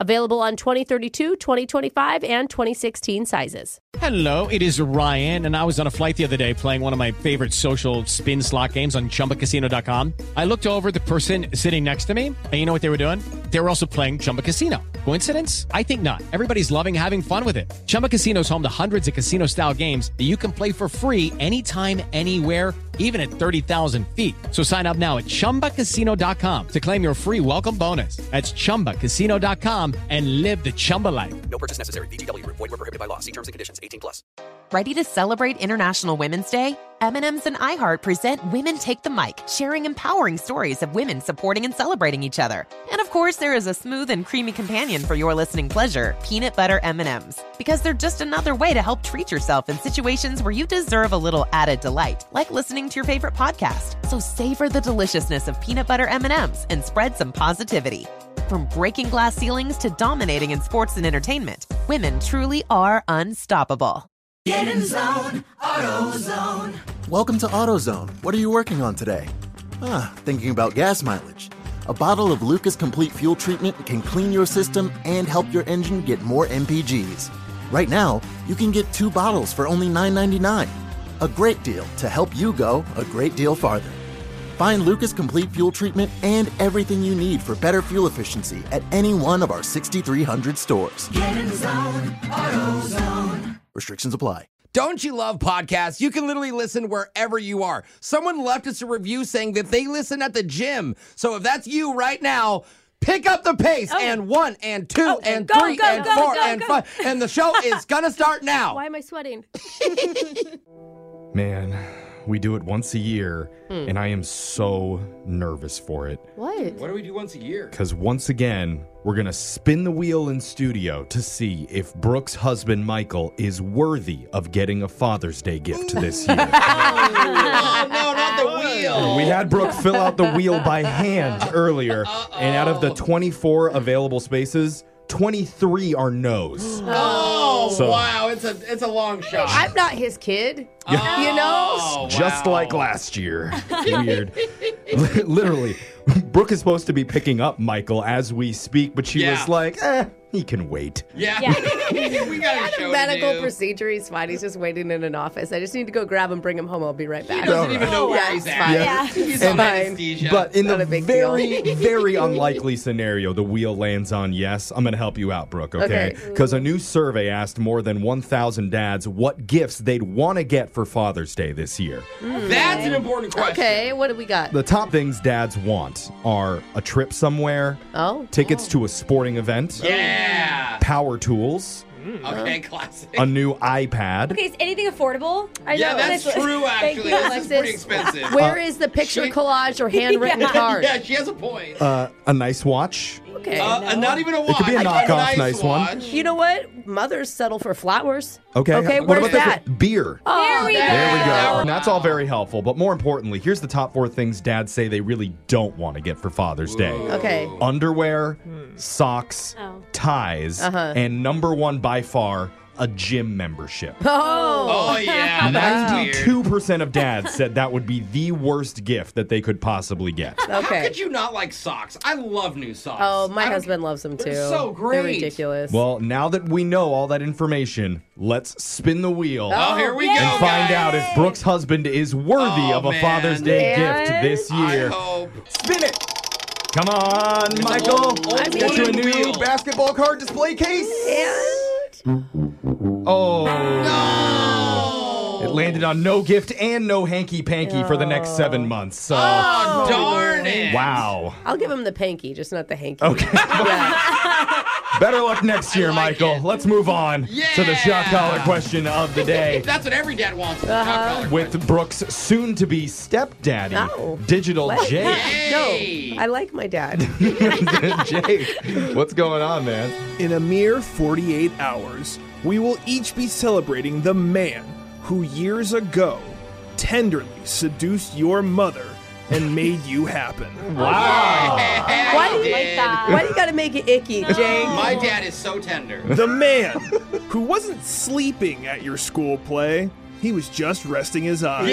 Available on 2032, 2025, and 2016 sizes. Hello, it is Ryan, and I was on a flight the other day playing one of my favorite social spin slot games on chumbacasino.com. I looked over at the person sitting next to me, and you know what they were doing? They were also playing Chumba Casino. Coincidence? I think not. Everybody's loving having fun with it. Chumba Casino is home to hundreds of casino style games that you can play for free anytime, anywhere even at 30,000 feet. So sign up now at ChumbaCasino.com to claim your free welcome bonus. That's ChumbaCasino.com and live the Chumba life. No purchase necessary. VGW Group. Void were prohibited by law. See terms and conditions. 18 plus. Ready to celebrate International Women's Day? M&M's and iHeart present Women Take the Mic, sharing empowering stories of women supporting and celebrating each other. And of course, there is a smooth and creamy companion for your listening pleasure, peanut butter M&Ms, because they're just another way to help treat yourself in situations where you deserve a little added delight, like listening to your favorite podcast. So savor the deliciousness of peanut butter M&Ms and spread some positivity. From breaking glass ceilings to dominating in sports and entertainment, women truly are unstoppable. Welcome to AutoZone. What are you working on today? Ah, thinking about gas mileage. A bottle of Lucas Complete Fuel Treatment can clean your system and help your engine get more MPGs. Right now, you can get two bottles for only $9.99. A great deal to help you go a great deal farther. Find Lucas Complete Fuel Treatment and everything you need for better fuel efficiency at any one of our 6,300 stores. Restrictions apply. Don't you love podcasts? You can literally listen wherever you are. Someone left us a review saying that they listen at the gym. So if that's you right now, pick up the pace and one and two Oh, and go, three go, and go, four go, and go. five. And the show is gonna start now. Why am I sweating? Man, we do it once a year, Hmm. and I am so nervous for it. What? What do we do once a year? Because once again, we're going to spin the wheel in studio to see if Brooke's husband, Michael, is worthy of getting a Father's Day gift this year. Oh no, not the wheel. we had Brooke fill out the wheel by hand earlier, and out of the 24 available spaces, 23 are no's. Oh So- wow, it's a it's a long shot. I'm not his kid. You know? Oh, just wow. like last year. Weird. Li- Literally, Brooke is supposed to be picking up Michael as we speak, but she Yeah. was like, eh, he can wait. Yeah. we got a show Medical to do. procedure. He's fine. He's just waiting in an office. I just need to go grab him, bring him home. I'll be right back. He doesn't even know where Yeah, he's it's at. fine. Yeah. He's And- on anesthesia. But in Not the a big deal. very, very unlikely scenario, the wheel lands on yes. I'm going to help you out, Brooke, okay? Because a new survey asked more than 1,000 dads what gifts they'd want to get for Father's Day this year. that's an important question. Hmm. Okay, what do we got? The top things dads want are a trip somewhere, Oh. tickets to a sporting event, Yeah. Mm. power tools, Okay, classic. a new iPad. Mm. Okay, is anything affordable? I yeah, that's true, actually. you, This is pretty Alexis. expensive. Uh, Where is the picture she- collage or handwritten card? Yeah, she has a point. Uh, a nice watch. Okay. Uh, and not even a watch. could be a knockoff, nice, nice one. watch. you know what? Mothers settle for flowers. Okay. Okay, what where's about this that? Oh, one? Beer. There we There we Yeah. go. Wow. And that's all very helpful. But more importantly, here's the top four things dads say they really don't want to get for Father's Day Okay. underwear, Hmm. socks, Oh. ties, Uh-huh. and number one by far, a gym membership. Oh. Oh yeah, that's weird. 92% of dads said that would be the worst gift that they could possibly get. How Okay. could you not like socks? I love new socks. Oh, my I don't- husband loves them too. They're so They're great. ridiculous. Well, now that we know all that information, let's spin the wheel. Oh, here we go. and find guys. out if Brooke's husband is worthy Oh, of a man. Father's Day Man. gift this I year. hope. Spin it! Come on, Michael! old- old get you a wooden new wheel. basketball card display case. Oh. It landed on no gift and no hanky panky for the next seven months. So, Oh, darn it! wow. I'll give him the panky, just not the hanky. Okay. Yeah. Better luck next year, like Michael. it. Let's move on to the shot collar question of the day. That's what every dad wants. is Uh-huh. a shot Uh, collar. With Brooke's soon to be stepdaddy, No. Digital Jake. Hey. no, I like my dad. Jake, what's going on, man? In a mere 48 hours, we will each be celebrating the man who years ago tenderly seduced your mother and made you happen. Why do you like that? Why do you gotta make it icky, Jake? My dad is so tender. The man who wasn't sleeping at your school play, he was just resting his eyes.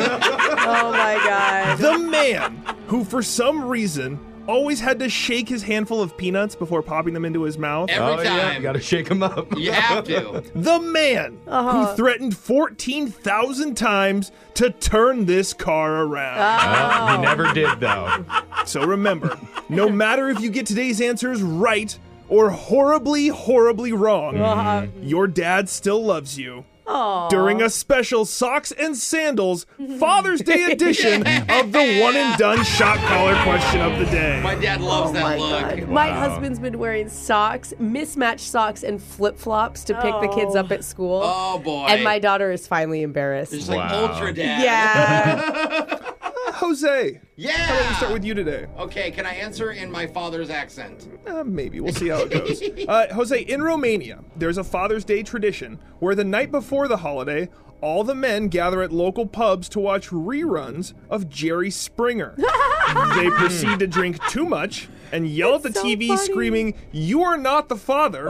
oh my god. The man who, for some reason, always had to shake his handful of peanuts before popping them into his mouth. Every Oh, yeah, you time. gotta shake him up. you have to. The man Uh-huh. who threatened 14,000 times to turn this car around. Ah. Oh. He never did, though. So remember, no matter if you get today's answers right or horribly, horribly wrong, Uh-huh. Mm-hmm. your dad still loves you. During a special Socks and Sandals Father's Day edition of the One and Done Shot Caller Question of the My Day. dad loves Oh my that look. God. My husband's been wearing socks, mismatched socks, and flip flops to pick the kids up at school. Oh boy. And my daughter is finally embarrassed. It's like Wow. ultra dad. Yeah. Jose, Yeah. how about we start with you today? Okay, can I answer in my father's accent? Uh, maybe. We'll see how it goes. Uh, Jose, in Romania, there's a Father's Day tradition where the night before the holiday, all the men gather at local pubs to watch reruns of Jerry Springer. they proceed to drink too much and yell at the TV, screaming, You are not the father.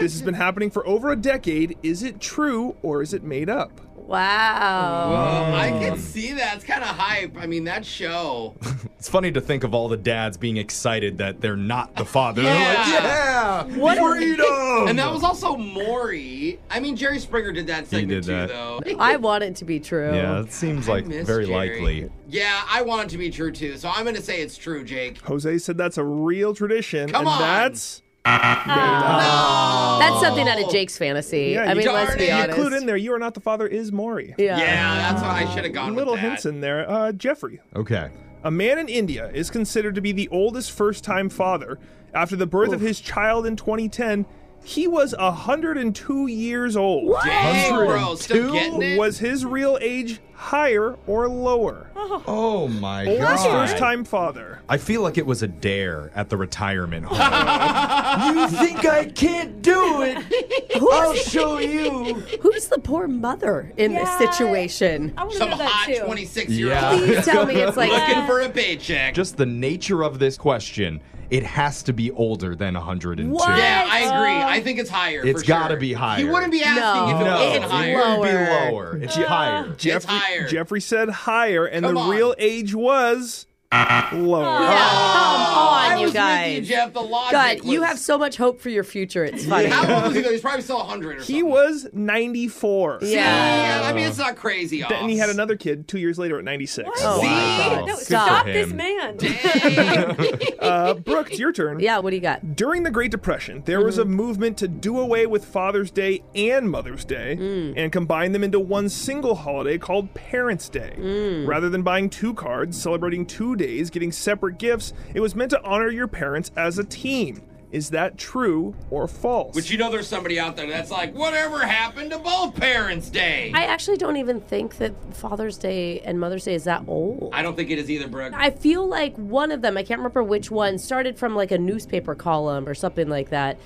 This has been happening for over a decade. Is it true or is it made up? wow. I can see that. It's kind of hype. I mean, that show. It's funny to think of all the dads being excited that they're not the father. They're like, Yeah. yeah, what freedom! And that was also Maury. I mean, Jerry Springer did that segment did too, that. though. I want it to be true. yeah, it seems like miss very Jerry. likely. Yeah, I want it to be true too, so I'm gonna say it's true, Jake. Jose said that's a real tradition. Come and on. that's. That's something out of Jake's fantasy. Yeah, I you mean, darn let's be it. honest. Include in there, You are not the father is Maury. Yeah. Yeah, that's what I should have gone Little with. that. hints in there. Uh, Jeffrey, Okay. A man in India is considered to be the oldest first time father. After the birth of his child in 2010, he was 102 years old. Dang, bro, still 102? getting it. Was his real age higher or lower? Oh my Oldest god. first time father. I feel like it was a dare at the retirement home. you think I can't do it? I'll Oh, show you. Who's the poor mother in this situation? I want to Some know that hot too. 26 year old Yeah. Please tell me it's like looking for a paycheck. Just the nature of this question, it has to be older than 102. yeah, I agree. I think it's higher. It's for gotta sure. be higher. He wouldn't be Uh, asking if it No, wasn't it higher. would be lower. It's higher. It's higher. Jeffrey said higher, and Come the on. real age was lower. I on, was you with guys. you, Jeff. The logic. God, was, you have so much hope for your future. It's funny. How old was he though? He's probably still 100 or something. He was 94. Yeah. Yeah, I mean, it's not crazy. Off. And he had another kid two years later at 96. Oh, See? Wow. No, Good stop for him. this man. Uh, Brooke, it's your turn. Yeah, what do you got? During the Great Depression, there was a movement to do away with Father's Day and Mother's Day and combine them into one single holiday called Parents' Day. Rather than buying two cards, celebrating two days, getting separate gifts, it was meant to honor your parents as a team. Is that true or false? But you know, there's somebody out there that's like, whatever happened to both parents' day? I actually don't even think that Father's Day and Mother's Day is that old. I don't think it is either, Brooke. I feel like one of them, I can't remember which one, started from like a newspaper column or something like that.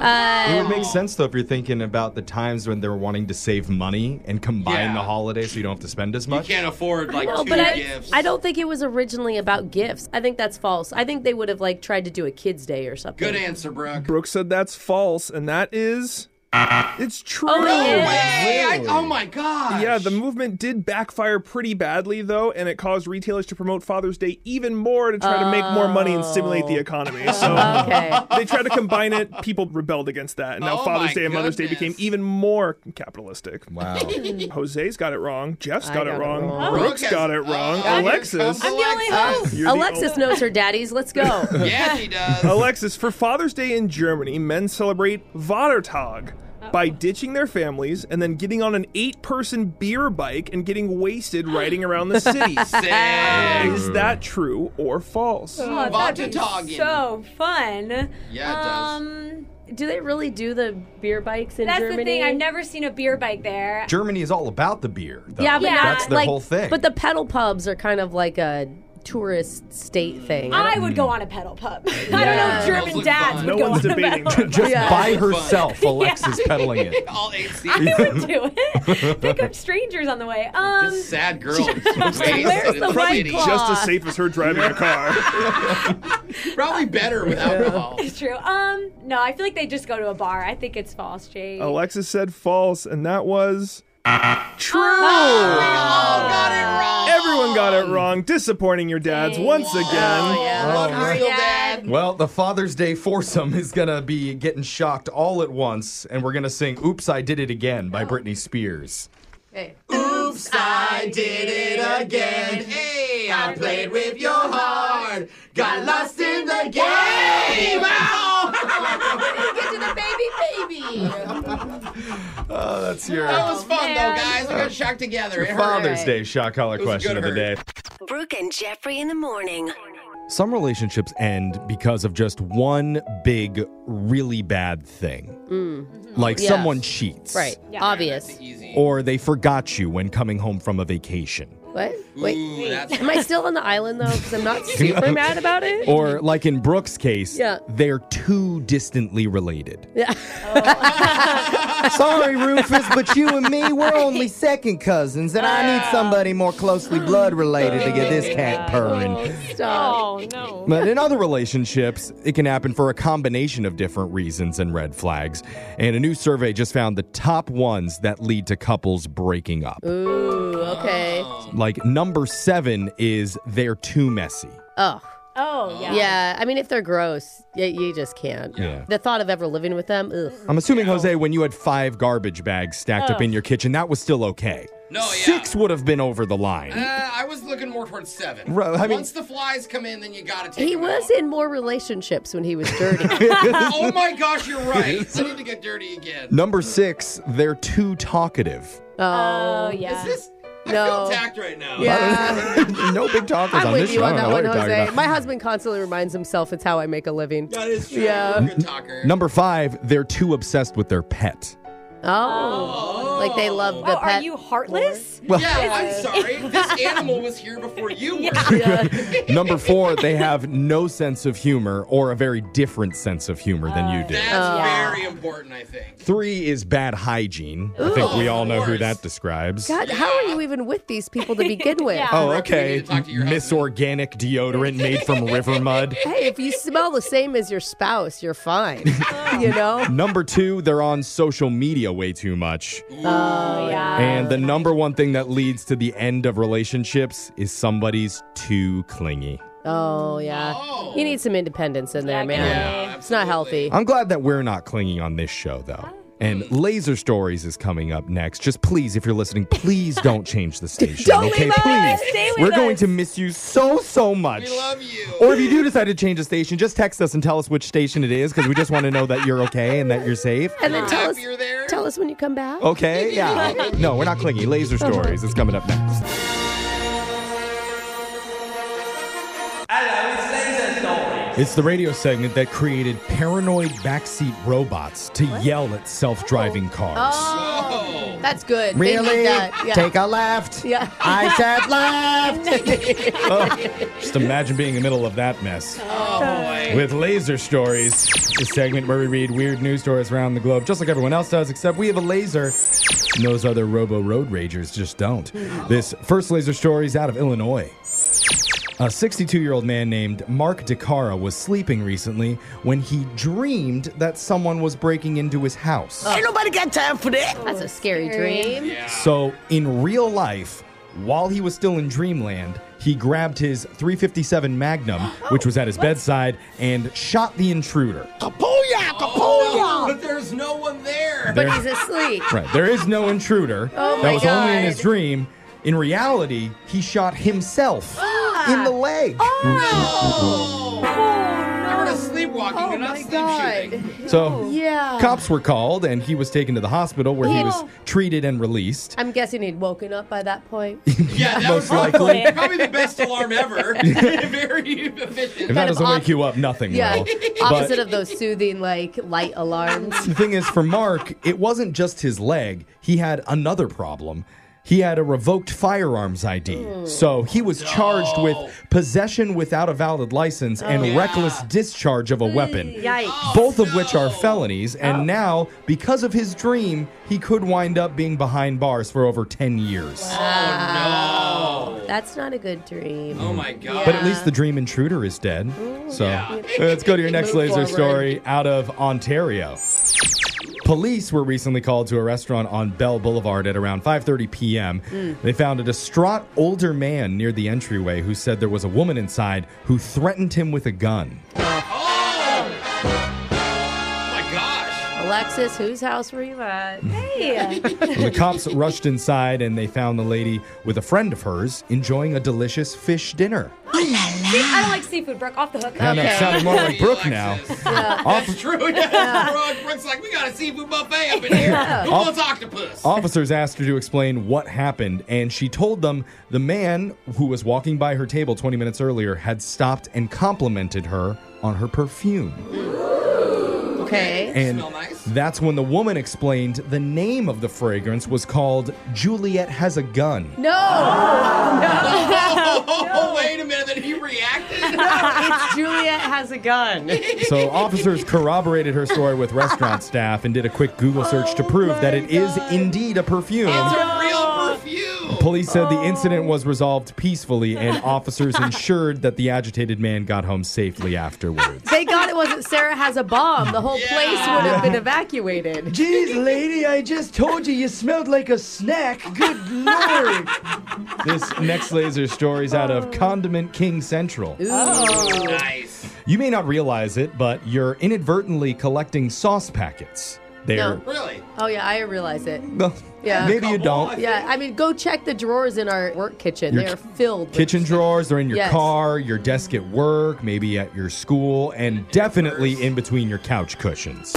Uh, It would Oh. make sense though if you're thinking about the times when they're wanting to save money and combine Yeah. the holidays so you don't have to spend as you much. can't afford like No, two but I, gifts. I don't think it was originally about gifts. I think that's false. I think they would have like tried to do a kids' day or something. Good answer, Brooke. Brooke said that's false, and that is. It's true. Oh, No yeah. way! I, oh my god! Yeah, the movement did backfire pretty badly, though, and it caused retailers to promote Father's Day even more to try to make more money and stimulate the economy. So Okay. they tried to combine it. People rebelled against that, and now Oh Father's my Day and Mother's Day goodness. became even more capitalistic. Wow. Jose's got it wrong. Jeff's I got, it got it wrong. wrong. Brooke Brooke's has- got it Oh, wrong. here Alexis, comes only Alexis. you're the Alexis knows her daddies. Let's go. Yeah, she does. ol- Alexis, for Father's Day in Germany, men celebrate Vatertag. Oh. By ditching their families and then getting on an eight person beer bike and getting wasted riding around the city. Sick. Is that true or false? Oh, that'd be Vatatagen. so fun. Yeah, it does. Um, Mm, Do they really do the beer bikes in that's Germany? the thing. I've never seen a beer bike there. Germany is all about the beer. Though. Yeah, but Yeah. not that's their like, whole thing. But the pedal pubs are kind of like a tourist state thing. I would Mm. go on a pedal pub. I don't know. Yeah. German dads would No go one's on a debating pedal that. pub. Just Yeah. by herself, Alexa's pedaling it. All eight I would do it. Pick up strangers on the way. Um, This sad girl. Where's the white claw? just as safe as her driving a car. Probably better with alcohol. It's true. Um, no, I feel like they just go to a bar. I think it's false, Jay. Alexis said false, and that was true. Oh, Everyone got it wrong, disappointing your dads once Oh, again. Oh, Well, the Father's Day foursome is going to be getting shocked all at once, and we're going to sing Oops, I Did It Again Oh. by Britney Spears. Oops, I did it again. Hey, I played with your heart. Got lost in the game. Get to the baby, Oh, that's your, That was fun, though, guys. We got shocked together. your It hurt. Father's Day shock collar It was a question of good the day. Brooke and Jeffrey in the morning. Some relationships end because of just one big, really bad thing. Like Yeah. someone cheats. Mm-hmm. Right. Obvious. Or they forgot you when coming home from a vacation. What? Wait. Am I still on the island though? Because I'm not super mad about it. Or, like in Brooke's case, Yeah. they're too distantly related. Yeah. Sorry, Rufus, but you and me, we're only second cousins, and I need somebody more closely blood related to get this cat purring. Oh no. But in other relationships, it can happen for a combination of different reasons and red flags. And a new survey just found the top ones that lead to couples breaking up. Ooh. Okay. Oh. Like number seven is they're too messy. Oh. Oh yeah. Yeah. I mean, if they're gross, you, you just can't. Yeah. The thought of ever living with them. Ugh. I'm assuming, Jose, when you had five garbage bags stacked up Ugh. in your kitchen, that was still okay. No, yeah. Six would have been over the line. Uh, I was looking more towards seven. Right, I mean- Once the flies come in, then you gotta take. He was in more relationships when he was dirty. oh my gosh, you're right. I need to get dirty again. Number six, they're too talkative. Oh, yeah. Is this? I No. feel attacked right now. no big talkers I'm on with this you show. I on don't know that what one, you're talking Jose. about. My husband constantly reminds himself it's how I make a living. That is true. Yeah. Good talker. Number five, they're too obsessed with their pet. Oh. Like they love the oh, pet. are you heartless? Well- yeah, I'm sorry. This animal was here before you were. Number four, they have no sense of humor or a very different sense of humor than you do. That's Oh. very important, I think. Three is bad hygiene. I think Ooh. we all know who Worse. that describes. God, how are you even with these people to begin with? Oh, okay. Miss Organic deodorant made from river mud. Hey, if you smell the same as your spouse, you're fine. you know? Number two, they're on social media way too much. Oh, yeah. And the number one thing that leads to the end of relationships is somebody's too clingy. Oh, yeah. You need some independence in there, man. it's not healthy. I'm glad that we're not clinging on this show, though. And Laser Stories is coming up next. Just please, if you're listening, please don't change the station. Don't okay, leave us. please. Stay with we're going us. to miss you so, so much. We love you. Or if you do decide to change the station, just text us and tell us which station it is because we just want to know that you're okay and that you're safe. And then tell us, tell us when you come back. Okay, yeah. No, we're not clingy. Laser Stories is coming up next. It's the radio segment that created paranoid backseat robots to yell at self driving cars. Oh, that's good. Oh, They need Really? that. Yeah. Take a left. Yeah. I said left. Just imagine being in the middle of that mess. Oh boy. With Laser Stories, the segment where we read weird news stories around the globe, just like everyone else does, except we have a laser. And those other robo road ragers just don't. This first laser story is out of Illinois. A 62 year old man named Mark DeCara was sleeping recently when he dreamed that someone was breaking into his Oh. house. Ain't nobody got time for that. That's a scary, dream. So, in real life, while he was still in dreamland, he grabbed his 357 Magnum, Oh, which was at his bedside, and shot the intruder. Booyah, Oh, but there's no one there. There- asleep. Right. There is no intruder. that Oh my was only in his God. dream. In reality, he shot himself in the leg. Oh. You're not sleepwalking. You're Oh, not sleep shooting. So Yeah. cops were called and he was taken to the hospital where he Yeah. was treated and released. I'm guessing he'd woken up by that point. Yeah, that Most was likely. probably, probably the best alarm ever. Very efficient. If that Kind of doesn't op- wake you up, nothing Yeah. will. But- Opposite of those soothing, like, light alarms. The thing is, for Mark, it wasn't just his leg. He had another problem. He had a revoked firearms ID. So he was charged with possession without a valid license and reckless discharge of a weapon. Yikes. Both of which are felonies. And now, because of his dream, he could wind up being behind bars for over 10 years. Oh, no. That's not a good dream. Oh, my God. But at least the dream intruder is dead. So Yeah. let's go to your next Move laser forward. story out of Ontario. Police were recently called to a restaurant on Bell Boulevard at around 5:30 p.m. Hmm. Mm. They found a distraught older man near the entryway who said there was a woman inside who threatened him with a gun. Alexis, whose house were you at? Hey. the cops rushed inside and they found the lady with a friend of hers enjoying a delicious fish dinner. See, I don't like seafood, Brooke. Off the hook. Kind of sounded more like Brooke now. Off- That's true. Yeah. Brooke, Brooke's like, we got a seafood buffet up in here. Who Off- wants octopus? Officers asked her to explain what happened, and she told them the man who was walking by her table 20 minutes earlier had stopped and complimented her on her perfume. Okay. And that's when the woman explained the name of the fragrance was called Juliet Has a Gun. No. Oh, wait a minute. Then he reacted? it's Juliet has a gun. So officers corroborated her story with restaurant staff and did a quick Google search to prove that it is indeed a Oh. perfume. Police said the incident was resolved peacefully, and officers ensured that the agitated man got home safely afterwards. Thank God it wasn't Sarah has a bomb. The whole place would have been evacuated. Jeez, lady, I just told you you smelled like a snack. Good lord. This next laser story is out of Condiment King Central. Oh, nice. You may not realize it, but you're inadvertently collecting sauce packets. They're Really? Oh yeah, I realize it. Well, Yeah. maybe you don't. Yeah, I mean, go check the drawers in our work kitchen. Your They are ki- filled. with- Kitchen drawers, they're in your Yes. car, your desk at work, maybe at your school, and definitely in between your couch cushions.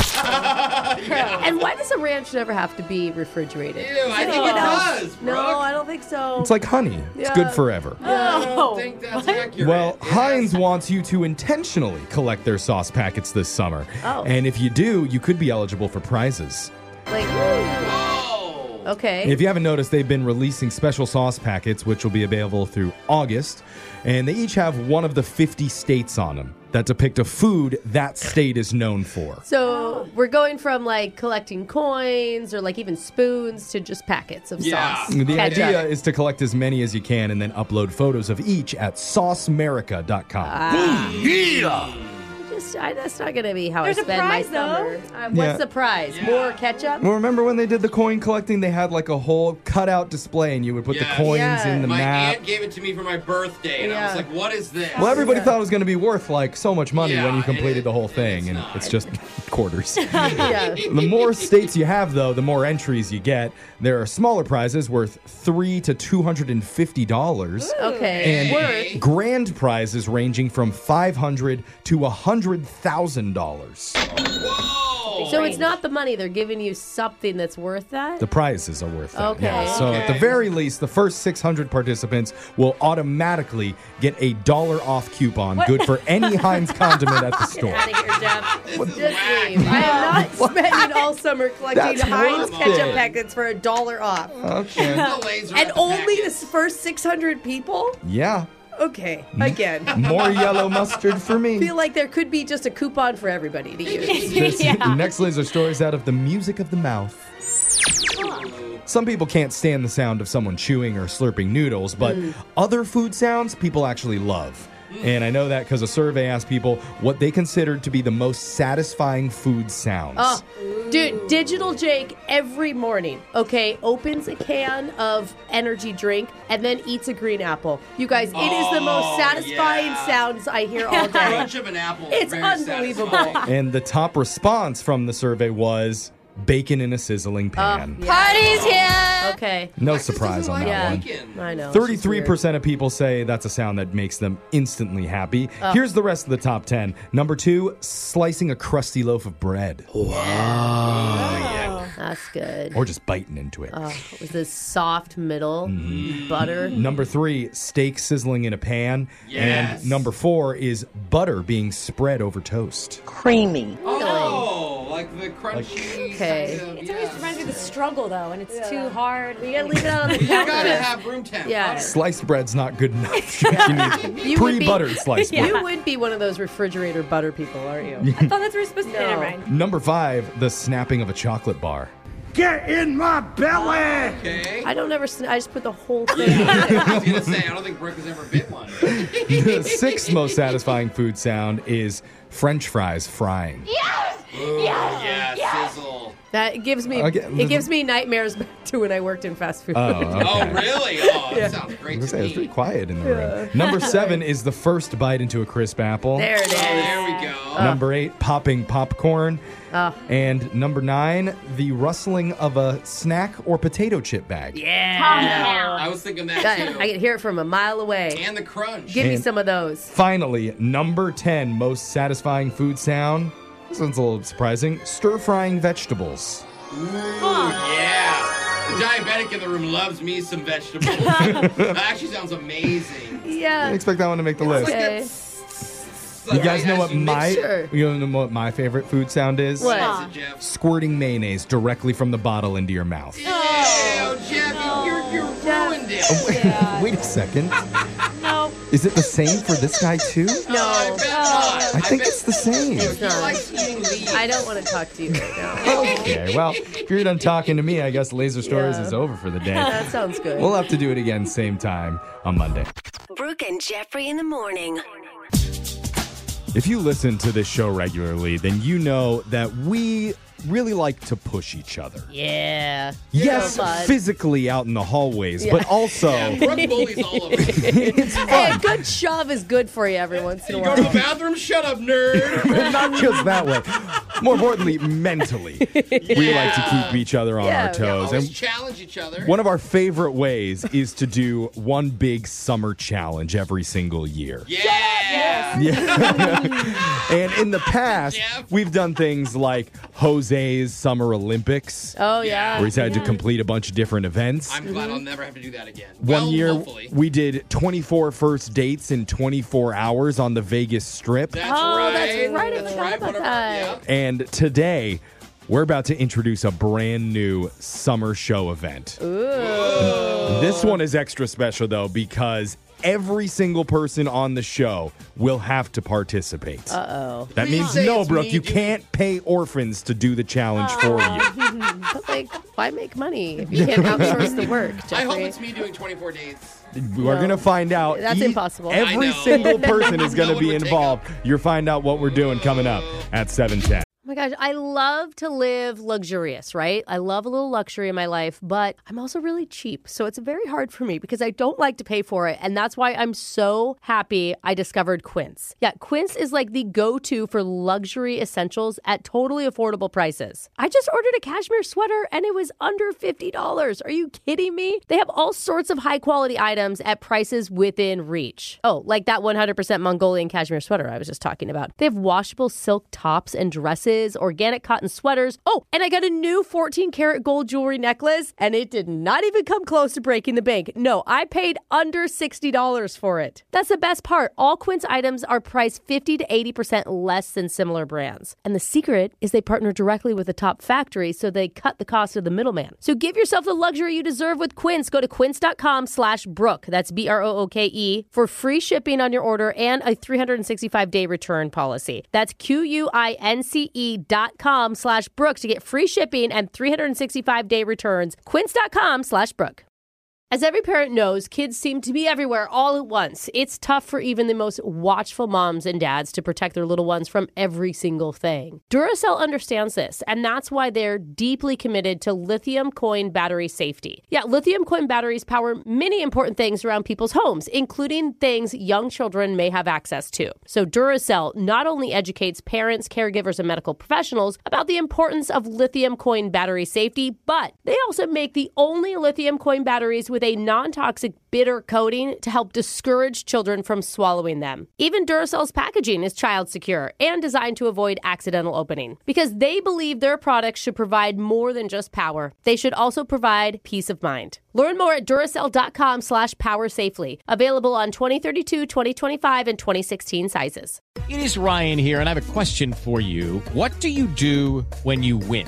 And why does a ranch never have to be refrigerated? Ew, I Is think it else? does, No, Brooke. I don't think so. It's like honey, it's good Oh. Yeah. forever. I don't think that's accurate. Well, Heinz wants you to intentionally collect their sauce packets this summer. Oh. And if you do, you could be eligible for prizes. Like, okay. If you haven't noticed, they've been releasing special sauce packets, which will be available through August. And they each have one of the 50 states on them that depict a food that state is known for. so we're going from like collecting coins or like even spoons to just packets of sauce. The Ketchup. idea is to collect as many as you can and then upload photos of each at sauceamerica.com. Ah. Just, I, that's not going to be how There's I a spend prize, my though. summer. Uh, what's Yeah. the prize? More ketchup? Well, remember when they did the coin collecting? They had like a whole cutout display, and you would put the coins in the My map. aunt gave it to me for my birthday, and I was like, what is this? Well, everybody thought it was going to be worth like so much money when Yeah, you it completed the whole thing, and it's just quarters. Yeah. The more states you have, though, the more entries you get. There are smaller prizes worth three to two hundred and fifty dollars. Okay. And Worth. grand prizes ranging from five hundred to hundred thousand dollars. So it's not the money. They're giving you something that's worth that? The prizes are worth that. Okay. Yeah. So at the Okay. very least, the first 600 participants will automatically get a dollar off coupon, What? good for any Heinz condiment at the Get store. out of here, Jeff. Just leave. I am not spending all summer collecting That's Heinz worth ketchup it. packets for a dollar off. Okay. and only the first 600 people? Yeah. Okay, again. More yellow mustard for I me. feel like there could be just a coupon for everybody to This use. next laser story is out of the music of the mouth. Some people can't stand the sound of someone chewing or slurping noodles, but Mm. other food sounds people actually love. And I know that because a survey asked people what they considered to be the most satisfying food sounds. Oh, dude, Digital Jake every morning, okay, opens a can of energy drink and then eats a green apple. You guys, it is the most Oh, satisfying yeah. sounds I hear all day. Crunch of an apple. It's very unbelievable. satisfying. and the top response from the survey was bacon in a sizzling pan. Party's here. Oh, Okay. No surprise on that one. I know. it's just Thirty-three weird. percent of people say that's a sound that makes them instantly happy. Oh. Here's the rest of the top ten. Number two, slicing a crusty loaf of bread. Oh, Oh. That's good. Or just biting into it. Oh, it was this soft middle butter. Number three, steak sizzling in a pan. Yes. And number four is butter being spread over toast. Creamy. Oh, like the crunchy. Okay. kind of- It always reminds me of the struggle though, and it's too hard. You gotta leave it out on the You gotta counter. have room temp. Yeah. Sliced bread's not good enough. you need You would be- pre-buttered sliced bread. You would be one of those refrigerator butter people, aren't you? I thought that's what we were supposed to do. Never mind. Number five, the snapping of a chocolate bar. Get in my belly! Okay. I don't ever. Sn- I just put the whole thing. I was gonna say I don't think Brooke has ever been one. the sixth most satisfying food sound is French fries frying. yes! Ooh, yeah, sizzle. That gives me. Again, it gives me nightmares back to when I worked in fast food. Oh, okay. Oh, really? Oh, that Yeah. sounds I was great gonna to say, it was me. pretty quiet in the Yeah. room. Number seven is the first bite into a crisp apple. There it is. Oh, uh, there we go. Number eight, popping popcorn. Ah. And number nine, the rustling of a snack or potato chip bag. Yeah. I was thinking that too. I can hear it from a mile away. And the crunch. Give me And- some of those. Finally, number 10, most satisfying food sound. This one's a little surprising stir frying vegetables. Ooh, yeah. The diabetic in the room loves me some vegetables. that actually sounds amazing. I Yeah. didn't expect that one to make the list. You guys know what my you know what my favorite food sound is? What? What is it, Jeff? Squirting mayonnaise directly from the bottle into your mouth. Oh, Jeff, you're, you're Oh, ruined it. Wait a second. No. Is it the same for this guy too? No. Oh, I bet not. I think it's the same. It's not. Like eating leaves. I don't want to talk to you right now. Oh, Okay, well, if you're done talking to me, I guess Laser Stories Yeah. is over for the day. That sounds good. We'll have to do it again same time on Monday. Brooke and Jeffrey in the morning. If you listen to this show regularly, then you know that we really like to push each other. Yeah. Yes, Bud. physically out in the hallways, Yeah. but also Brooke bullies all of us. Hey, a good shove is good for you every once in a Go to the while. bathroom, shut up, nerd. not just that way. More importantly, mentally, we like to keep each other on Yeah. our toes. Always And challenge each other. one of our favorite ways is to do one big summer challenge every single year. yeah. Yes. Yeah. and in the past, we've done things like Jose's Summer Olympics. Oh yeah. Where he's had to complete a bunch of different events. I'm glad I'll never have to do that again. One well, year, hopefully. we did 24 first dates in 24 hours on the Vegas Strip. That's Oh, right. that's right. I That's forgot right. about One of our- that. And today, we're about to introduce a brand new summer show event. This one is extra special, though, because every single person on the show will have to participate. Uh oh. that Please means say no, it's Brooke, me, Uh. you dude. can't pay orphans to do the challenge for you. but like, why make money if you can't outsource the work? I hope Jeffrey? it's me doing 24 days. We're going to find out. That's Each- impossible. Every I know. single person is going No to one be would take involved. You'll find out what we're doing coming up at 710. Oh my gosh, I love to live luxurious, right? I love a little luxury in my life, but I'm also really cheap. So it's very hard for me because I don't like to pay for it. And that's why I'm so happy I discovered Quince. Yeah, Quince is like the go to for luxury essentials at totally affordable prices. I just ordered a cashmere sweater and it was under $50. Are you kidding me? They have all sorts of high quality items at prices within reach. Oh, like that 100% Mongolian cashmere sweater I was just talking about. They have washable silk tops and dresses, organic cotton sweaters. Oh, and I got a new 14 karat gold jewelry necklace, and it did not even come close to breaking the bank. No, I paid under $60 for it. That's the best part. All Quince items are priced 50 to 80% less than similar brands. And the secret is they partner directly with the top factory, so they cut the cost of the middleman. So give yourself the luxury you deserve with Quince. Go to quince.com slash Brooke, that's B R O O K E, for free shipping on your order and a 365 day return policy. That's Q U I N C E dot com slash Brooke to get free shipping and 365 day returns. Quince.com slash Brooke. As every parent knows, kids seem to be everywhere all at once. It's tough for even the most watchful moms and dads to protect their little ones from every single thing. Duracell understands this, and that's why they're deeply committed to lithium coin battery safety. Yeah, lithium coin batteries power many important things around people's homes, including things young children may have access to. So Duracell not only educates parents, caregivers, and medical professionals about the importance of lithium coin battery safety, but they also make the only lithium coin batteries with with a non toxic bitter coating to help discourage children from swallowing them. Even Duracell's packaging is child secure and designed to avoid accidental opening because they believe their products should provide more than just power. They should also provide peace of mind. Learn more at Duracell.com slash power safely. Available on 2032, 2025, and 2016 sizes. It is Ryan here, and I have a question for you. What do you do when you win?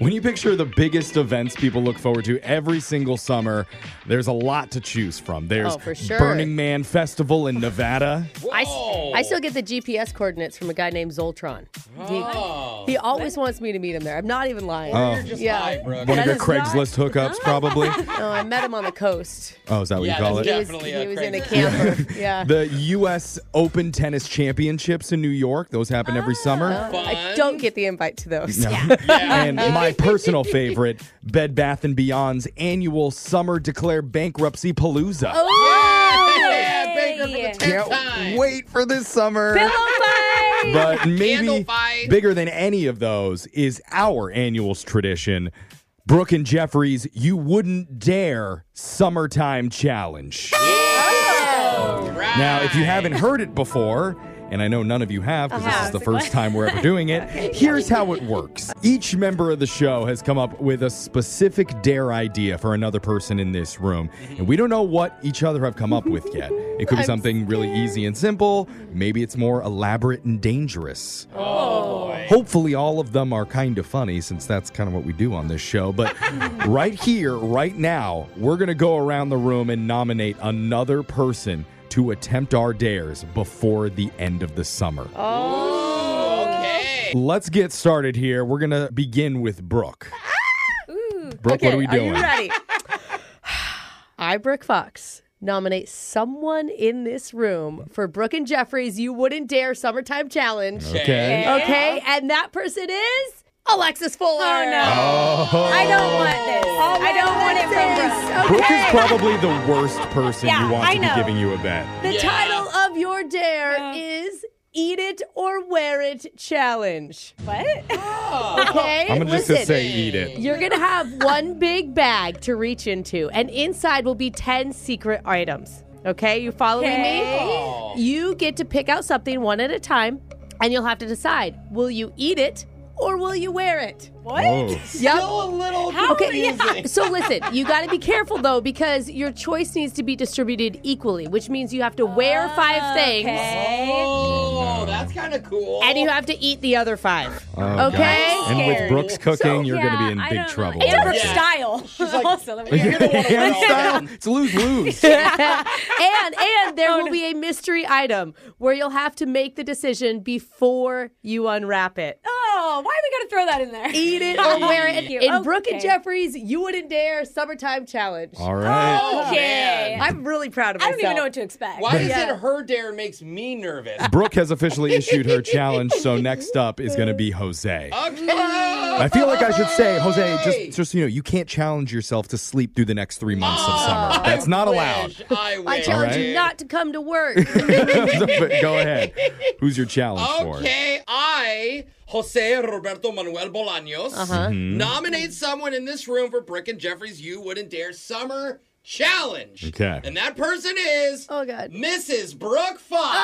When you picture the biggest events people look forward to every single summer, there's a lot to choose from. There's Oh, for sure. Burning Man Festival in Nevada. I, s- I still get the GPS coordinates from a guy named Zoltron. He, he always wants me to meet him there. I'm not even lying. Or you're just high, One of That your is Craigslist hookups, probably. not- no, I met him on the coast. Oh, is that what Yeah, you call it? that's definitely He was- a he was in a Craigslist. camper. Yeah. The U.S. Open Tennis Championships in New York. Those happen Oh. every summer. I don't get the invite to those. No. and my personal favorite, Bed Bath and Beyond's annual summer declare bankruptcy palooza. Oh, Oh. Yeah, Baker for the tenth Can't time. wait for this summer. Pillow fight. But Candle maybe fight. bigger than any of those is our annuals tradition. Brooke and Jeffrey's You Wouldn't Dare Summertime Challenge. Now, if you haven't heard it before, and I know none of you have because this is the first time we're ever doing it, here's how it works. Each member of the show has come up with a specific dare idea for another person in this room, and we don't know what each other have come up with yet. It could be something really easy and simple, maybe it's more elaborate and dangerous. Hopefully, all of them are kind of funny since that's kind of what we do on this show. But right here, right now, we're going to go around the room and nominate another person to attempt our dares before the end of the summer. Oh. Okay. Let's get started here. We're going to begin with Brooke. Brooke, okay, what are we doing? you ready? I, Brooke Fox, nominate someone in this room for Brooke and Jeffrey's You Wouldn't Dare Summertime Challenge. Okay. Okay, and that person is Alexis Fuller. Oh, no. Oh. I don't want this. I don't want it from Brooke is probably the worst person Yeah, you want I to know. be giving you a bet. The title of your dare is Eat It or Wear It Challenge. What? okay. I'm gonna just listen. say eat it. You're going to have one big bag to reach into, and inside will be 10 secret items. Okay, you following Okay. me? You get to pick out something one at a time, and you'll have to decide will you eat it or will you wear it? What? Whoa. Oh. Still a little confusing. So listen, you got to be careful though because your choice needs to be distributed equally, which means you have to wear five things. Oh, that's kind of cool. And you have to eat the other five. Oh, God. okay? And with Brooke's cooking, you're going to be in I big don't trouble. It's Brooke's style. also, let me hear it. and style, it's lose lose. and and there will be a mystery item where you'll have to make the decision before you unwrap it. Oh, Oh, why are we going to throw that in there? eat it or wear it. Thank you. In Brooke Okay. and Jeffries, you wouldn't dare summertime challenge. All Oh, right. Okay. I'm really proud of I myself. don't even know what to expect. Why is Yeah. it her dare makes me nervous? Brooke has officially issued her challenge, so next up is going to be Jose. I feel like I should say, Jose, just just so you know, you can't challenge yourself to sleep through the next three months of Oh, summer. That's not allowed. I, wish. challenge All right. you not to come to work. But Go ahead. Who's your challenge Okay, I, Jose Roberto Manuel Bolaños, Uh-huh. Mhm. nominate someone in this room for Brick and Jeffrey's You Wouldn't Dare Summer Challenge. for? Okay. And that person is oh god, Mrs. Brooke Fox.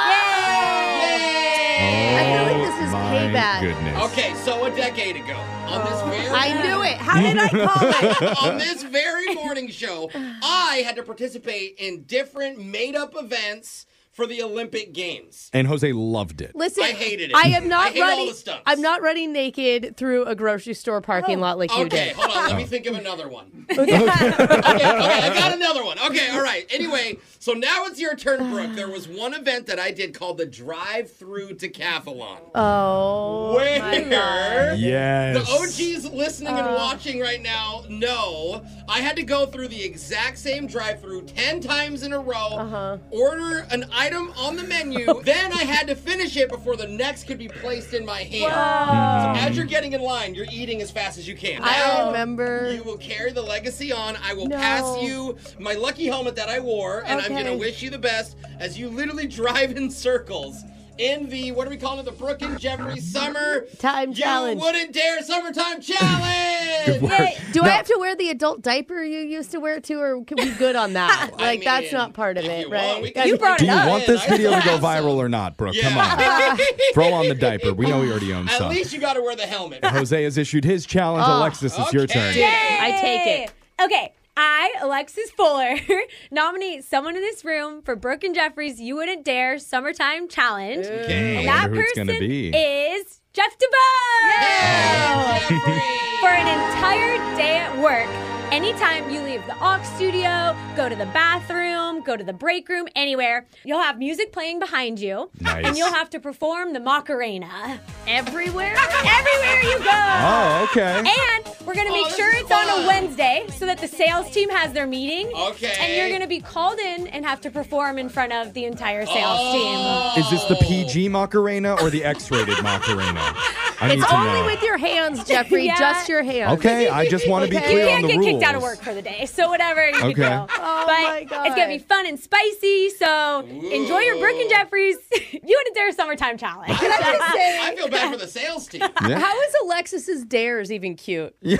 I feel like this is Oh, my payback. Oh, goodness. Okay, so a decade ago on this very I knew it. How did I call it? on this very morning show, I had to participate in different made-up events for the Olympic Games. And Jose loved it. Listen, I hated it. I am not I hate all running. the stunts. I'm not running naked through a grocery store parking lot like you Oh. okay, did. hold on. Let me think of another one. okay, okay, I got another one. Okay, all right. Anyway, so now it's your turn, Brooke. There was one event that I did called the drive-through decathlon. Oh, Where Yes. the OGs listening Uh. and watching right now know I had to go through the exact same drive through 10 times in a row, Uh-huh. order an item on the menu, then I had to finish it before the next could be placed in my hand. So as you're getting in line, you're eating as fast as you can. I Now, remember. You will carry the legacy on. I will pass you my lucky helmet that I wore, and I'm Okay. gonna wish you the best as you literally drive in circles in the what are we calling it? The Brook and Jeffrey Summer Time You challenge. Wouldn't Dare Summertime Challenge. Good work. Do I have to wear the adult diaper you used to wear too, or can we good on that? like that's not part of it, right? you Do you want this video to go viral or not, Brooke? Come on. Throw on the diaper. We know he already owns At some. least you got to wear the helmet. Jose has issued his challenge. Oh, Alexis, it's your turn. I take it. Okay. I, Alexis Fuller, nominate someone in this room for Brooke and Jeffrey's You Wouldn't Dare Summertime Challenge. Okay. And I That wonder who it's person gonna be. is Jeff DeBose. for an entire day at work. Anytime you leave the aux studio, go to the bathroom, go to the break room, anywhere, you'll have music playing behind you, Nice. and you'll have to perform the Macarena everywhere, everywhere you go. Oh, okay. And we're gonna Oh, make sure it's on a Wednesday so that the sales team has their meeting. Okay. And you're gonna be called in and have to perform in front of the entire sales Oh. team. Is this the PG Macarena or the X-rated Macarena? I need It's to only know. with your hands, Jeffrey. Yeah. Just your hands. Okay, I just wanna be You clear on can't the get kicked out of rules. work for the day, so whatever you Okay. can go. Oh but my God. it's gonna be fun and spicy. So enjoy your Brooke and Jeffries. you and a Dare Summertime Challenge. Can I just say- I feel bad for the sales team. Yeah. How is Alexis's dares even cute? Yeah,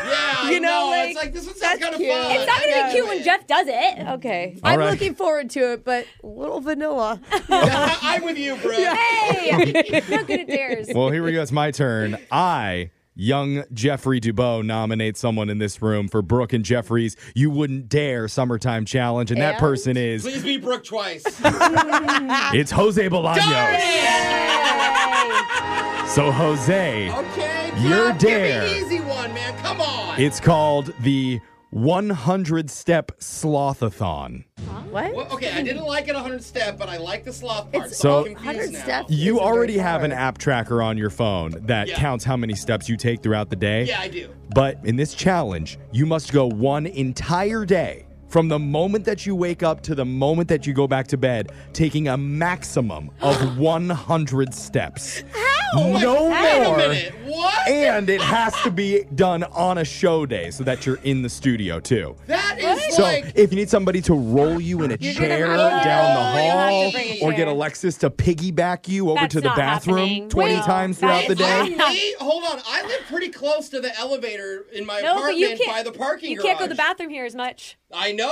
You I know, it's like, like this one sounds kind of cute. fun. It's not gonna Yeah. be cute when Jeff does it. Okay, All I'm right. looking forward to it, but a little vanilla. I'm with you, bro. Hey, not good at dares. Well, here we go. It's my turn. I, young Jeffrey Dubow, nominate someone in this room for Brooke and Jeffrey's You Wouldn't Dare Summertime Challenge. And, that And? person is, Please be Brooke twice. it's Jose Bolaños. So, Jose, Okay, your Brooke, dare. Give me an easy one, man. Come on. It's called the 100 Step Slothathon. What? Well, okay, I didn't like it 100 step, but I like the sloth part. So- I'm confused now. You already have an app tracker on your phone that Yeah. counts how many steps you take throughout the day. Yeah, I do. But in this challenge, you must go one entire day from the moment that you wake up to the moment that you go back to bed, taking a maximum of 100 steps. How? No Wait a more. minute. What? And it has to be done on a show day so that you're in the studio too. That is So like if you need somebody to roll you in a You're gonna chair have to- down the Oh, you'll have to hall bring a or chair. get Alexis to piggyback you over That's to the not bathroom happening. 20 No. times throughout the I day. live- hold on. I live pretty close to the elevator in my No, but you apartment by can't. the parking you garage. can't go to the bathroom here as much. I know.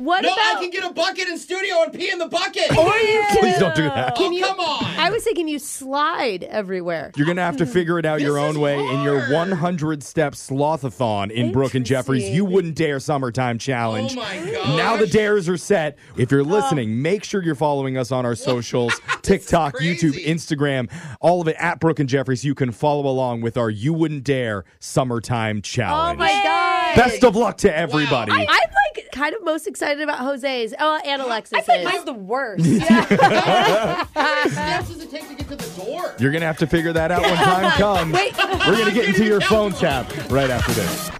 What no, I about- can get a bucket in studio and pee in the bucket. Or you Please don't do that. Can Oh, you, come on. I was thinking you slide everywhere. You're going to have to figure it out your own way in your 100 step slothathon in Brooke and Jeffrey's You Wouldn't Dare Summertime Challenge. Oh my gosh. Now the dares are set. If Oh. you're listening, make sure you're following us on our socials TikTok, YouTube, Instagram, all of it at Brooke and Jeffrey's. You can follow along with our You Wouldn't Dare Summertime Oh Challenge. Oh, god! Best of luck to everybody. I, am like kind of most excited about Jose's. Oh, and Alexis's. I think mine's the worst. How many steps does it take to get it to the door. You're going to have to figure that out when time comes. Wait. We're going to get into your phone tap right after this.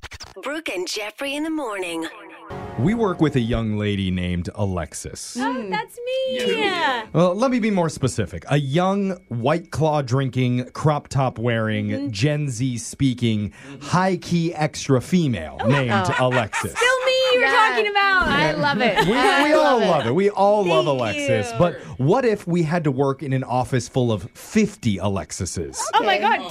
Brooke and Jeffrey in the morning. We work with a young lady named Alexis. Hmm. Oh, that's me. Well, let me be more specific. A young, white claw drinking, crop top wearing, Gen Z speaking, high key extra female named Uh-oh. Alexis. Still me you were talking about. I love it. We, we all love it. We all love Alexis. But what if we had to work in an office full of 50 Alexises? Oh my God,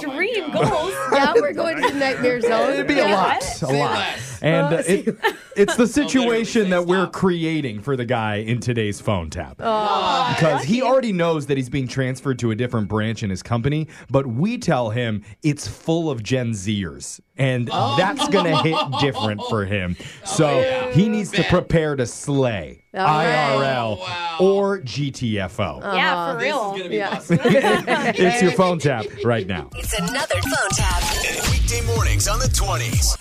dream goals. yeah, we're going to the nightmare zone. It'd be a lot. A lot. And uh, it, it's the situation that we're creating for the guy in today's phone tap. Oh, Oh. Because he already knows that he's being transferred to a different branch in his company, but we tell him it's full of Gen Zers. And Oh. that's going to hit different for him. So he needs to prepare to slay All right. Oh. IRL or GTFO. Yeah, for real. This is gonna be yeah. Uh-huh. it's your phone tap right now. It's another phone tap. Weekday mornings on the 20s.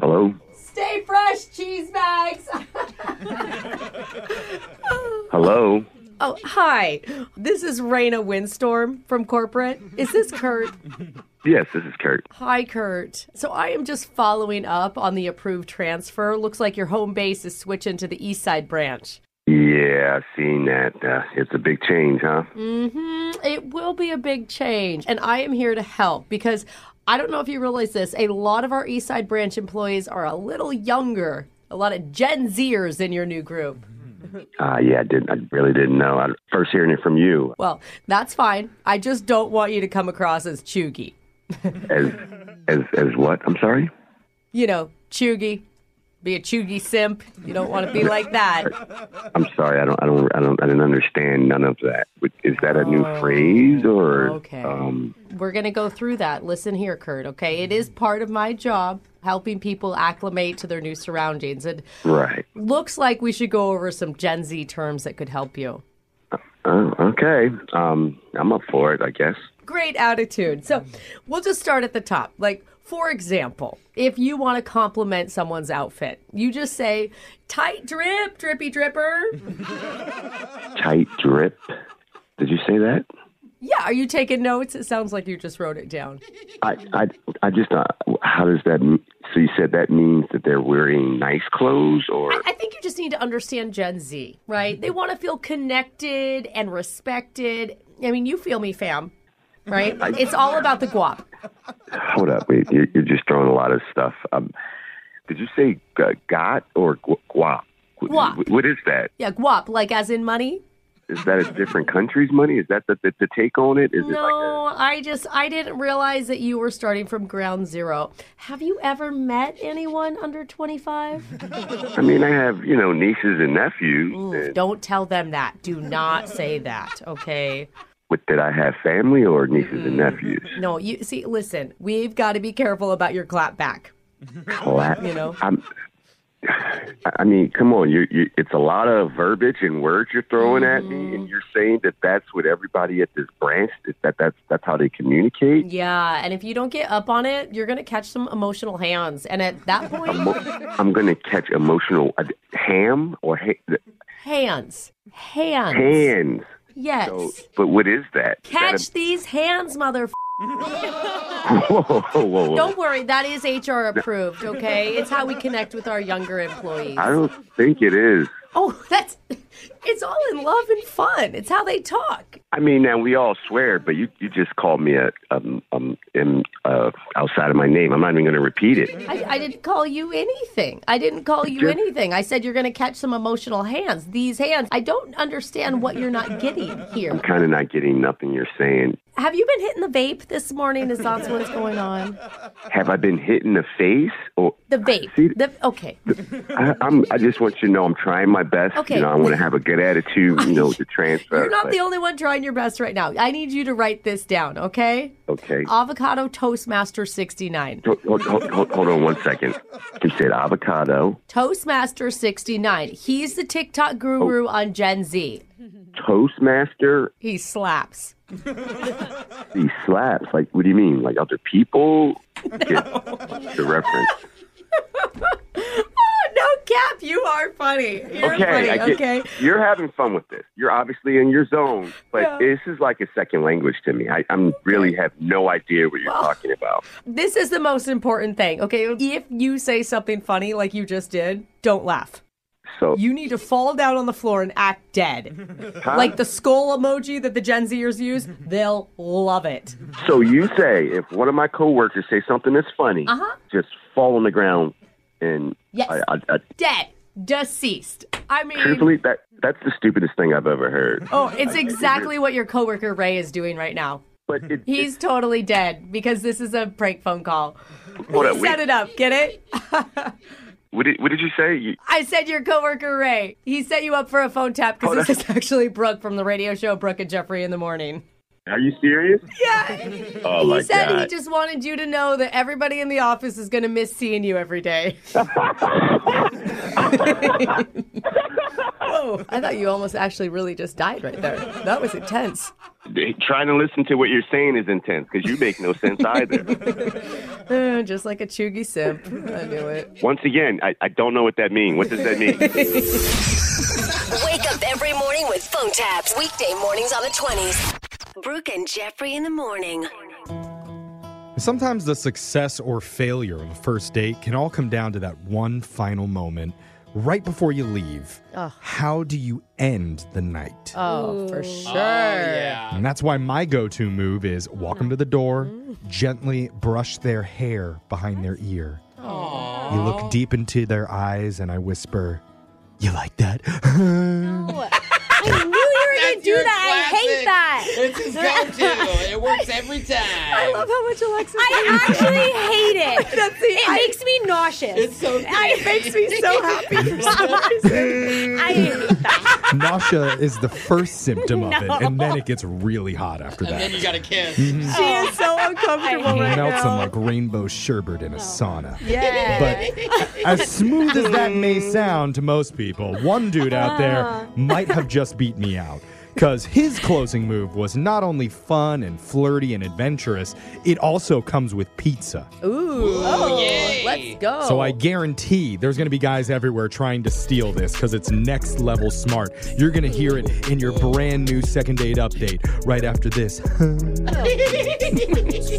Hello. Stay fresh, cheese bags. Hello. Oh, hi. This is Raina Windstorm from corporate. Is this Kurt? Yes, this is Kurt. Hi, Kurt. So I am just following up on the approved transfer. Looks like your home base is switching to the East Side branch. Yeah, I've seen that. Uh, it's a big change, huh? Mm-hmm. It will be a big change, and I am here to help because I don't know if you realize this. A lot of our East Side branch employees are a little younger, a lot of Gen Zers in your new group. Uh, yeah, I didn't. I really didn't know. I first hearing it from you. Well, that's fine. I just don't want you to come across as chuggy. As as as what? I'm sorry. You know, chuggy. Be a chuggy simp. You don't want to be like that. I'm sorry. I don't. I don't. I don't. I didn't understand none of that. Would- Is that a new phrase or? okay. Um, We're going to go through that. Listen here, Kurt, okay? It is part of my job helping people acclimate to their new surroundings. It right. looks like we should go over some Gen Z terms that could help you. Oh, okay. Um, I'm up for it. I guess. Great attitude. So we'll just start at the top. Like, for example, if you want to compliment someone's outfit, you just say, tight drip, drippy dripper. Tight drip. Did you say that? yeah, are you taking notes? It sounds like you just wrote it down. I I I just. Uh, how does that? m- So you said that means that they're wearing nice clothes or? I think you just need to understand Gen Z, right? They want to feel connected and respected. I mean, you feel me, fam, right? I- it's all about the guap. Hold up, wait. You're, you're just throwing a lot of stuff. Um, did you say g- got or gu- guap? Wh- Guap. wh- What is that? Yeah, guap, like as in money. Is that a different country's money? Is that the, the, the take on it? Is it like No, I just I didn't realize that you were starting from ground zero. Have you ever met anyone under 25? I mean, I have you know nieces and nephews. Mm. and- Don't tell them that. Do not say that, okay? But did I have family or nieces and Mm. nephews? No, you see, listen, we've got to be careful about your clap back. Clap. You know. I'm, I- I mean, come on. You, you, it's a lot of verbiage and words you're throwing at me, and you're saying that that's what everybody at this branch that, that that's that's how they communicate. Yeah, and if you don't get up on it, you're going to catch some emotional hands. And at that point, I'm gonna catch emotional uh, ham or ha- hands. Hands. hands. Yes. So, but what is that? Is that a- catch these hands, mother. whoa, whoa, whoa, whoa. Don't worry, that is HR approved, okay? It's how we connect with our younger employees. I don't think it is. Oh, that's it's all in love and fun. It's how they talk. I mean, now we all swear, but you, you just called me a um um in, uh, outside of my name. I'm not even gonna repeat it. I, I didn't call you anything. I didn't call you Jeff- anything. I said you're going to catch some emotional hands. These hands, I don't understand what you're not getting here. I'm kind of not getting nothing you're saying. Have you been hitting the vape this morning? Is that what's going on? Have I been hit in the face? Or The vape. See- The, okay. I, I'm I just want you to know I'm trying my best. Okay. You know, I want to have a good attitude. You know, to transfer. You're not but- the only one trying your best right now. I need you to write this down, okay? Okay. Avocado Toastmaster 69. Hold, hold, hold, hold- hold on one second. You said avocado, Toastmaster 69. He's the TikTok guru on Gen Z. Toastmaster, He slaps. these slaps. Like, what do you mean? Like other people? Get the reference. Oh, Cap, you are funny. You're I funny. get- Okay. You're having fun with this. You're obviously in your zone, but Yeah. this is like a second language to me. I, I'm really have no idea what you're talking about. This is the most important thing. Okay. If you say something funny like you just did, don't laugh. So You need to fall down on the floor and act dead. Huh? Like the skull emoji that the Gen Zers use, they'll love it. So you say if one of my coworkers say something that's funny, Uh-huh. just fall on the ground and Yes. I, I, I, Dead. Deceased. I mean, truthfully that that's the stupidest thing I've ever heard. oh, it's exactly what your coworker Ray is doing right now. But He's totally dead because this is a prank phone call. What a He set week. it up. Get it? What did, what did you say? You, I said your coworker Ray. He set you up for a phone tap Oh, because this is actually Brooke from the radio show Brooke and Jeffrey in the morning. are you serious? Yeah. Oh he my said god! he just wanted you to know that everybody in the office is going to miss seeing you every day. Whoa, I thought you almost actually really just died right there. That was intense. Trying to listen to what you're saying is intense because you make no sense either. Uh, just like a chuggy simp. I knew it. Once again, I, I don't know what that means. What does that mean? Wake up every morning with phone taps. Weekday mornings on the 20s. Brooke and Jeffrey in the morning. Sometimes the success or failure of a first date can all come down to that one final moment right before you leave. Ugh. How do you end the night? Oh, for sure. And that's why my go to move is walk them to the door, Mm. gently brush their hair behind their ear. You look deep into their eyes, and I whisper, You like that? I knew you were going to do your that. I hate that. It's his go-to. It works every time. I love how much Alexa. I actually hate it. it I- makes me nauseous. It's so. it makes me so happy. I hate that. Nausea is the first symptom of No. it, and then it gets really hot after that. And then you got to kiss. Mm-hmm. Mhm. She Oh. is so You uncomfortable right melt some now. like rainbow sherbet in a sauna. Yeah. But As smooth as that may sound to most people, one dude out Ah. Uh. there might have just beat me out. Because his closing move was not only fun and flirty and adventurous, it also comes with pizza. Ooh. Oh, let's go. So I guarantee there's going to be guys everywhere trying to steal this because it's next level smart. You're going to hear it in your brand new second date update right after this.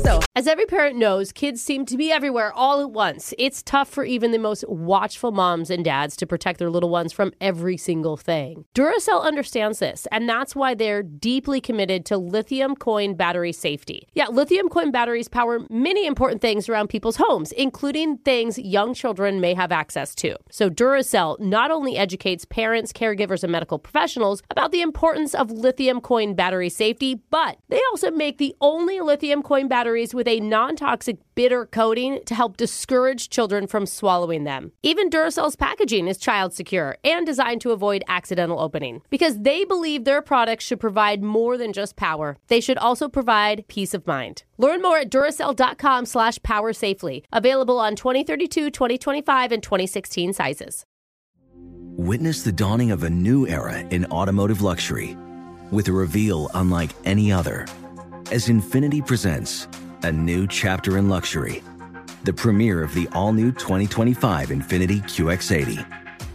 so, as every parent knows, kids seem to be everywhere all at once. It's tough for even the most watchful moms and dads to protect their little ones from every single thing. Duracell understands this, and that's why they're deeply committed to lithium coin battery safety. Yeah, lithium coin batteries power many important things around people's homes, including things young children may have access to. So, Duracell not only educates parents, caregivers, and medical professionals about the importance of lithium coin battery safety, but they also make the only lithium coin batteries with a non toxic bitter coating to help discourage children from swallowing them. Even Duracell's packaging is child secure and designed to avoid accidental opening because they believe their products should provide more than just power. They should also provide peace of mind. Learn more at Duracell.com slash power safely. Available on 2032, 2025, and 2016 sizes. Witness the dawning of a new era in automotive luxury with a reveal unlike any other as Infinity presents a new chapter in luxury, the premiere of the all new 2025 Infinity QX80.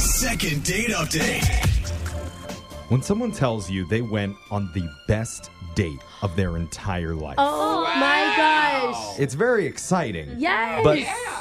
Second date update. When someone tells you they went on the best date of their entire life, Oh my gosh. it's very exciting. Yes. But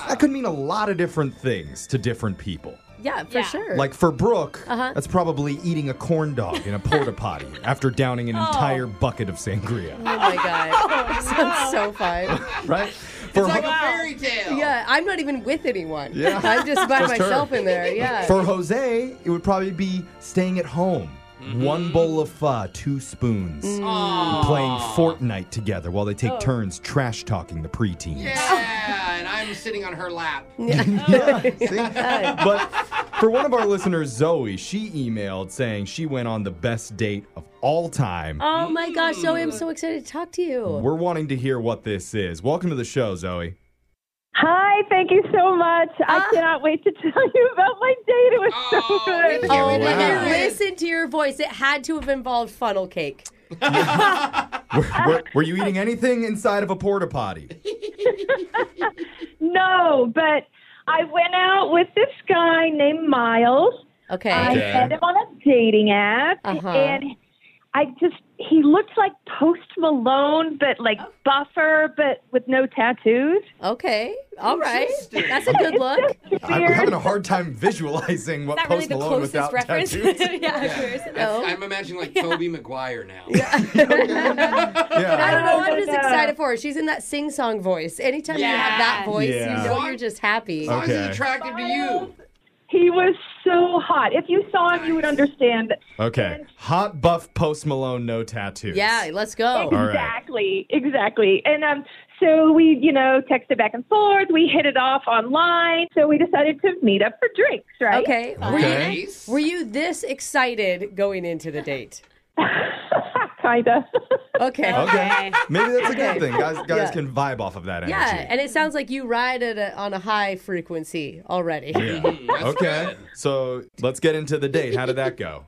that could mean a lot of different things to different people. Yeah, for sure. Like for Brooke, Uh-huh. that's probably eating a corn dog in a porta potty after downing an Oh. entire bucket of sangria. Oh my god. Sounds so fun. Right? For It's Ho- like a fairy tale. Yeah, I'm not even with anyone. Yeah. I'm just by Just her. myself in there. Yeah. For Jose, it would probably be staying at home. One bowl of pho, two spoons. Mm. and Playing Fortnite together while they take Oh. turns trash talking the preteens. Yeah, and I'm sitting on her lap. but for one of our listeners, Zoe, she emailed saying she went on the best date of all time. Oh my gosh, Zoe, Mm. I'm so excited to talk to you. We're wanting to hear what this is. Welcome to the show, Zoe. Hi, thank you so much. I cannot wait to tell you about my date. It was so good. Oh, wait. and Wow. listen to your voice. It had to have involved funnel cake. Were, were- were you eating anything inside of a porta potty? No, but I went out with this guy named Miles. Okay. I Okay. met him on a dating app, Uh-huh. and I just, he looked like Post Malone, but like buffer, but with no tattoos. Okay. All right. That's a good look. I'm having a hard time visualizing what Is that really Post the Malone closest without reference? tattoos. Yeah, That's- I'm imagining like Toby Maguire now. But I don't know. I'm Oh, just yeah. excited for her. She's in that sing song voice. Anytime you have that Yes. voice, Yeah. you know you're just happy. As long as he's Okay. attractive to you. He was so hot. If you saw him, you would understand. Okay. Hot buff Post Malone, no tattoos. Yeah, let's go. All right. Exactly, exactly. And um, so we, you know, texted back and forth. We hit it off online. So we decided to meet up for drinks, right? Okay. Were you, were you this excited going into the date? Kinda. Okay. Okay. Maybe that's a Okay. good thing. Guys, guys Yeah. can vibe off of that energy. Yeah, and it sounds like you ride at a, on a high frequency already. okay. So let's get into the date. How did that go?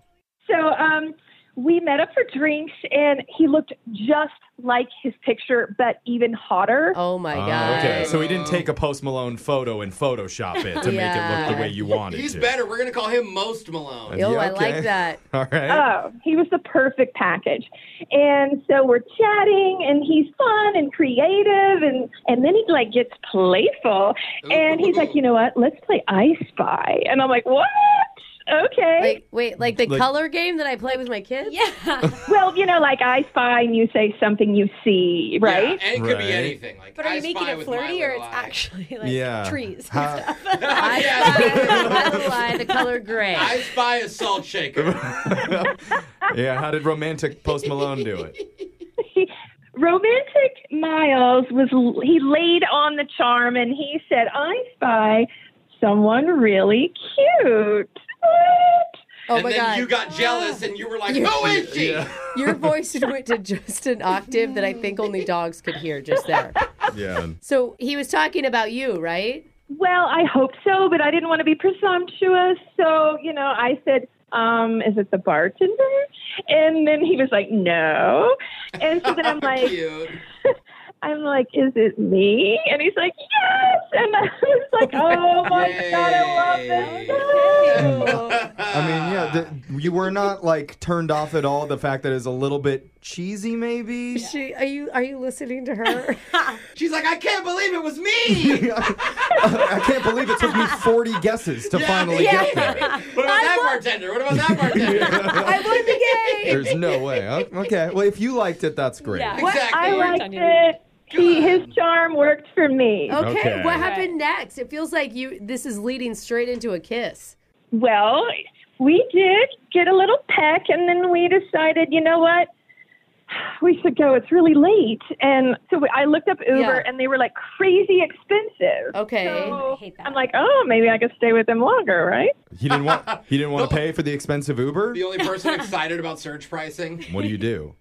So um, we met up for drinks, and he looked just like his picture, but even hotter. Oh my Oh, okay. So he didn't take a Post Malone photo and Photoshop it to make it look Yeah. the way you wanted He's to. better. We're gonna call him Most Malone. Yo, I like Okay. that. All right. Oh, he was the perfect package. And so we're chatting, and he's fun and creative, and and then he like gets playful, and he's like, you know what? Let's play I Spy, and I'm like, what? Okay. Like, wait, like the Like- color game that I play with my kids? Yeah. Well, you know, like I Spy, and you say something you see, right? and it could be anything. Like, But are you making it with flirty or it's actually like Yeah. trees? How- the color gray. I spy a salt shaker. yeah. How did romantic Post Malone do it? Romantic Miles was he laid on the charm, and he said, I Spy, someone really cute. Oh and my then God. you got jealous and you were like, You're- "Who is she?" Your voice went to just an octave that I think only dogs could hear just there. Yeah. So he was talking about you, right? Well, I hope so, but I didn't want to be presumptuous. So, you know, I said, um, is it the bartender? And then he was like, no. And so then I'm like, I'm like, is it me? And he's like, yes. And I was like, oh my God, I love this. I mean, yeah, yeah, the, you were not like turned off at all. The fact that it's a little bit cheesy, maybe. She, are you are you listening to her? She's like, I can't believe it was me. I can't believe it took me 40 guesses to finally get there. What about that bartender? What about that bartender? I want to be gay. There's no way. huh? Okay. Well, if you liked it, that's great. What- I liked it. He, his charm worked for me. Okay, Okay. what happened next? It feels like you. This is leading straight into a kiss. Well, we did get a little peck, and then we decided, you know what? We should go. It's really late. And so we, I looked up Uber, Yeah. and they were like crazy expensive. Okay. So I'm like, oh, maybe I could stay with him longer, right? He didn't want. He didn't want to pay for the expensive Uber. the only person excited about surge pricing. What do you do?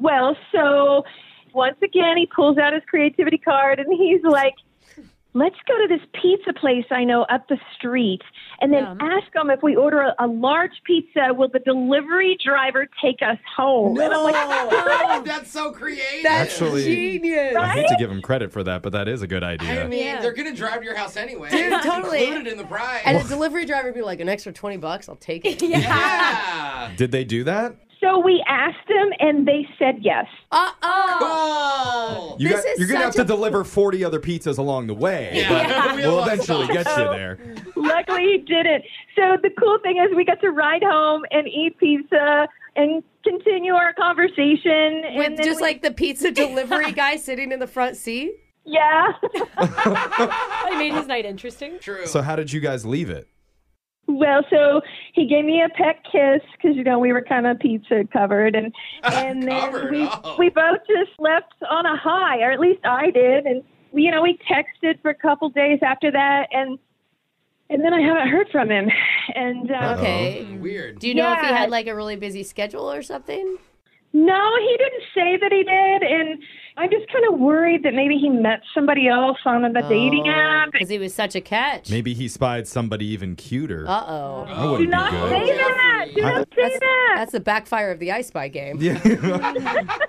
Well, so once again, he pulls out his creativity card and he's like, let's go to this pizza place I know up the street and then ask them if we order a, a large pizza, will the delivery driver take us home? And I'm like, Oh, that's so creative. Actually, I hate to give him credit for that, but that is a good I idea. mean, they're gonna drive to your house anyway. Dude, It's totally. included in the price. And a delivery driver would be like, an extra 20 bucks, I'll take it. Did they do that? so we asked them and they said yes. Uh oh. You got, you're gonna have to deliver 40 other pizzas along the way. Yeah. but We'll eventually get you there. Luckily, he didn't. So the cool thing is, we got to ride home and eat pizza and continue our conversation. and With then just we- like the pizza delivery guy sitting in the front seat. yeah. I made his night interesting. True. So how did you guys leave it? Well, so he gave me a pet kiss because you know we were kind of pizza covered, and and then Covered, we oh. we both just left on a high, or at least I did, and we you know we texted for a couple days after that, and and then I haven't heard from him, and uh, Okay. Weird. Do you know if he Yeah. had like a really busy schedule or something? No, he didn't say that he did, and I'm just kind of worried that maybe he met somebody else on the Oh. dating app. Because he was such a catch. Maybe he spied somebody even cuter. Uh oh. That wouldn't be good. that. Do I- not say that. That's the backfire of the I Spy game.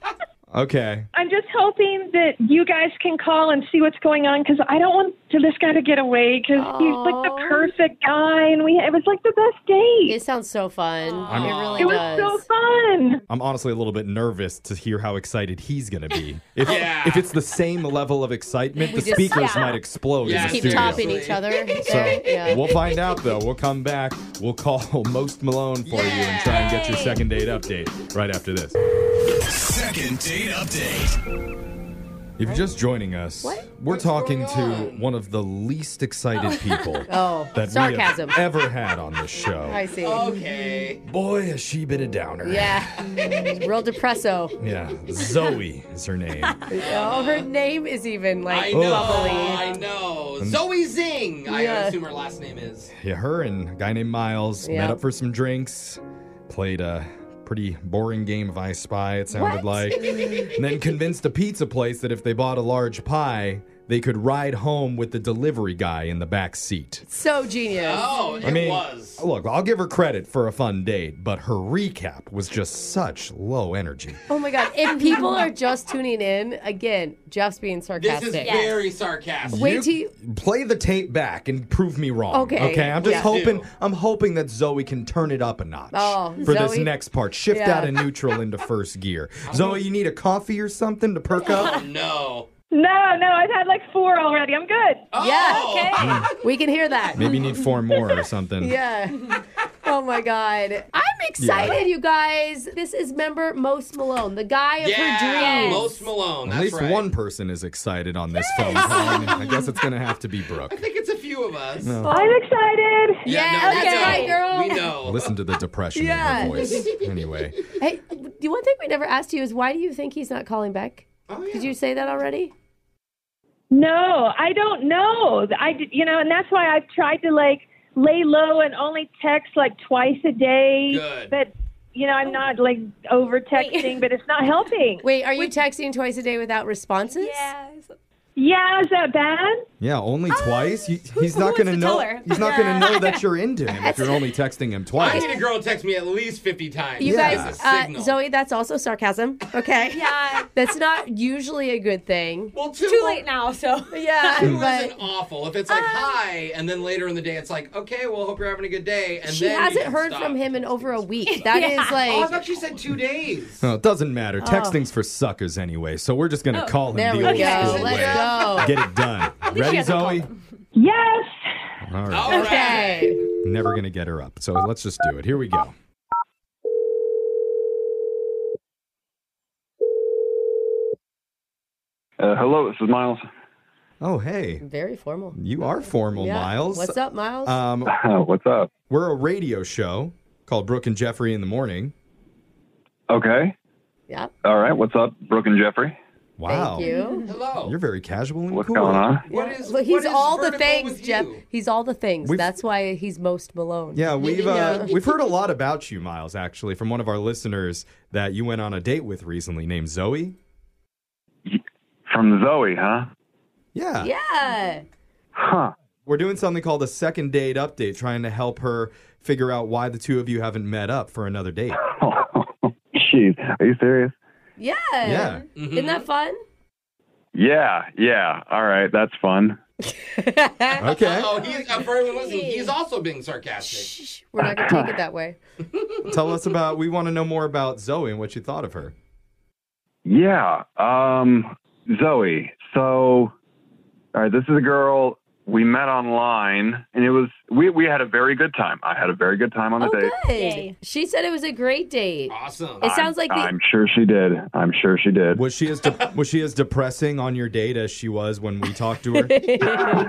Yeah. okay. I'm just hoping that you guys can call and see what's going on because I don't want to, this guy to get away because he's like the perfect guy, and we it was like the best date. It sounds so fun. I'm- It really It was does. so fun. I'm honestly a little bit nervous to hear how excited he's going to be. If, if it's the same level of excitement, We the just- speakers yeah. might explode Just in the keep studio. topping each other. So There, yeah. we'll find out though. We'll come back. We'll call Most Malone for you and try and get your second date update right after this. Second date update. If you're just joining us, we're talking to one of the least excited people Oh, that sarcasm. we have ever had on this show. I see. Okay. Boy, has she been a downer. Yeah. Real depresso. Yeah, Zoe is her name. Oh, her name is even I like know. bubbly. I know. Mm. Zoe Zing. I Yeah. assume her last name is. Yeah, her and a guy named Miles met Yeah. up for some drinks, played a pretty boring game of I Spy, it sounded like, and then convinced a pizza place that if they bought a large pie, they could ride home with the delivery guy in the back seat. So genius. Oh, I mean, look, I'll give her credit for a fun date, but her recap was just such low energy. Oh my God. If people are just tuning in, again, Jeff's being This sarcastic. is very sarcastic. Wait till you- play the tape back and prove me wrong. Okay, Okay. I'm just yeah. hoping I'm hoping that Zoe can turn it up a notch Oh, for this Zoe? next part. Shift Yeah. out of neutral into first gear. Zoe, you need a coffee or something to perk up? Oh, No. No, no, I've had like four already. I'm good. Yeah. Oh. Okay. We can hear that. Mm. Maybe you need four more or something. Yeah. Oh my God. I'm excited, you guys. This is member Most Malone, the guy of her Yeah. dreams. Most Malone. At Oh, That's least right. one person is excited on this phone call. and I guess it's going to have to be Brooke. I think it's a few of us. No. I'm excited. Yeah, no, we okay. know. Right, girl. We know. Listen to the depression Yeah. in her voice. Anyway, Hey, the one thing we never asked you is why do you think he's not calling back? Oh, Did you say that already? No, I don't know. I d- you know, and that's why I've tried to like lay low and only text like twice a day. Good. Oh. But you know, I'm not like over texting, but it's not helping. Wait, are you texting twice a day without responses? Yes. Yeah, is that bad? Yeah, only twice. He, he's not who gonna wants to know. tell her? He's not gonna know that you're into him if you're only texting him twice. I need a girl to text me at least 50 times. You That guys, is a uh, signal. Zoe, that's also sarcasm. Okay. yeah. That's not usually a good thing. Well, Too late now, so. Yeah. Mm. Two but- isn't awful. If Uh, it's like hi, and then later in the day it's like, okay, well, hope you're having a good day, and she then you hasn't can heard stop. from him in over a week. That is Yeah. like. Oh, I thought she said two days. No, it doesn't matter. Oh. Texting's for suckers anyway, so we're just gonna Oh, call him there the we old go. school Let's way. go. Get it done. she Ready, hasn't Zoe? Yes. All right. Okay. Never gonna get her up. So let's just do it. Here we go. Uh, hello, this is Miles. Oh, hey. Very formal. You are formal, Yeah. Miles. What's up, Miles? Um, What's up? We're a radio show called Brooke and Jeffrey in the Morning. Okay. Yep. All right. What's up, Brooke and Jeffrey? Wow. you. Hello. You're very casual and What's cool. going on? What is, Look, he's all the things, Jeff. He's all the things. We've- That's why he's most Malone. Yeah, we've uh, Yeah. we've heard a lot about you, Miles. Actually, from one of our listeners that you went on a date with recently, named Zoe. From Zoe, huh? Yeah. Yeah. Huh. We're doing something called a second date update, trying to help her figure out why the two of you haven't met up for another date. Jeez, are you serious? Yeah. Yeah. Isn't that fun? Yeah, yeah. All right, that's fun. Okay. Oh, he's, uh, for everyone listening, he's also being sarcastic. We're not gonna take it that way. Tell us about. We want to know more about Zoe and what you thought of her. Yeah. Um, Zoe. So, all right, this is a girl we met online, and it was we we had a very good time. I had a very good time on the date. Oh, Good. She said it was a great date. Awesome. It sounds like the I'm sure she did. I'm sure she did. Was she as de- was she as depressing on your date as she was when we talked to her?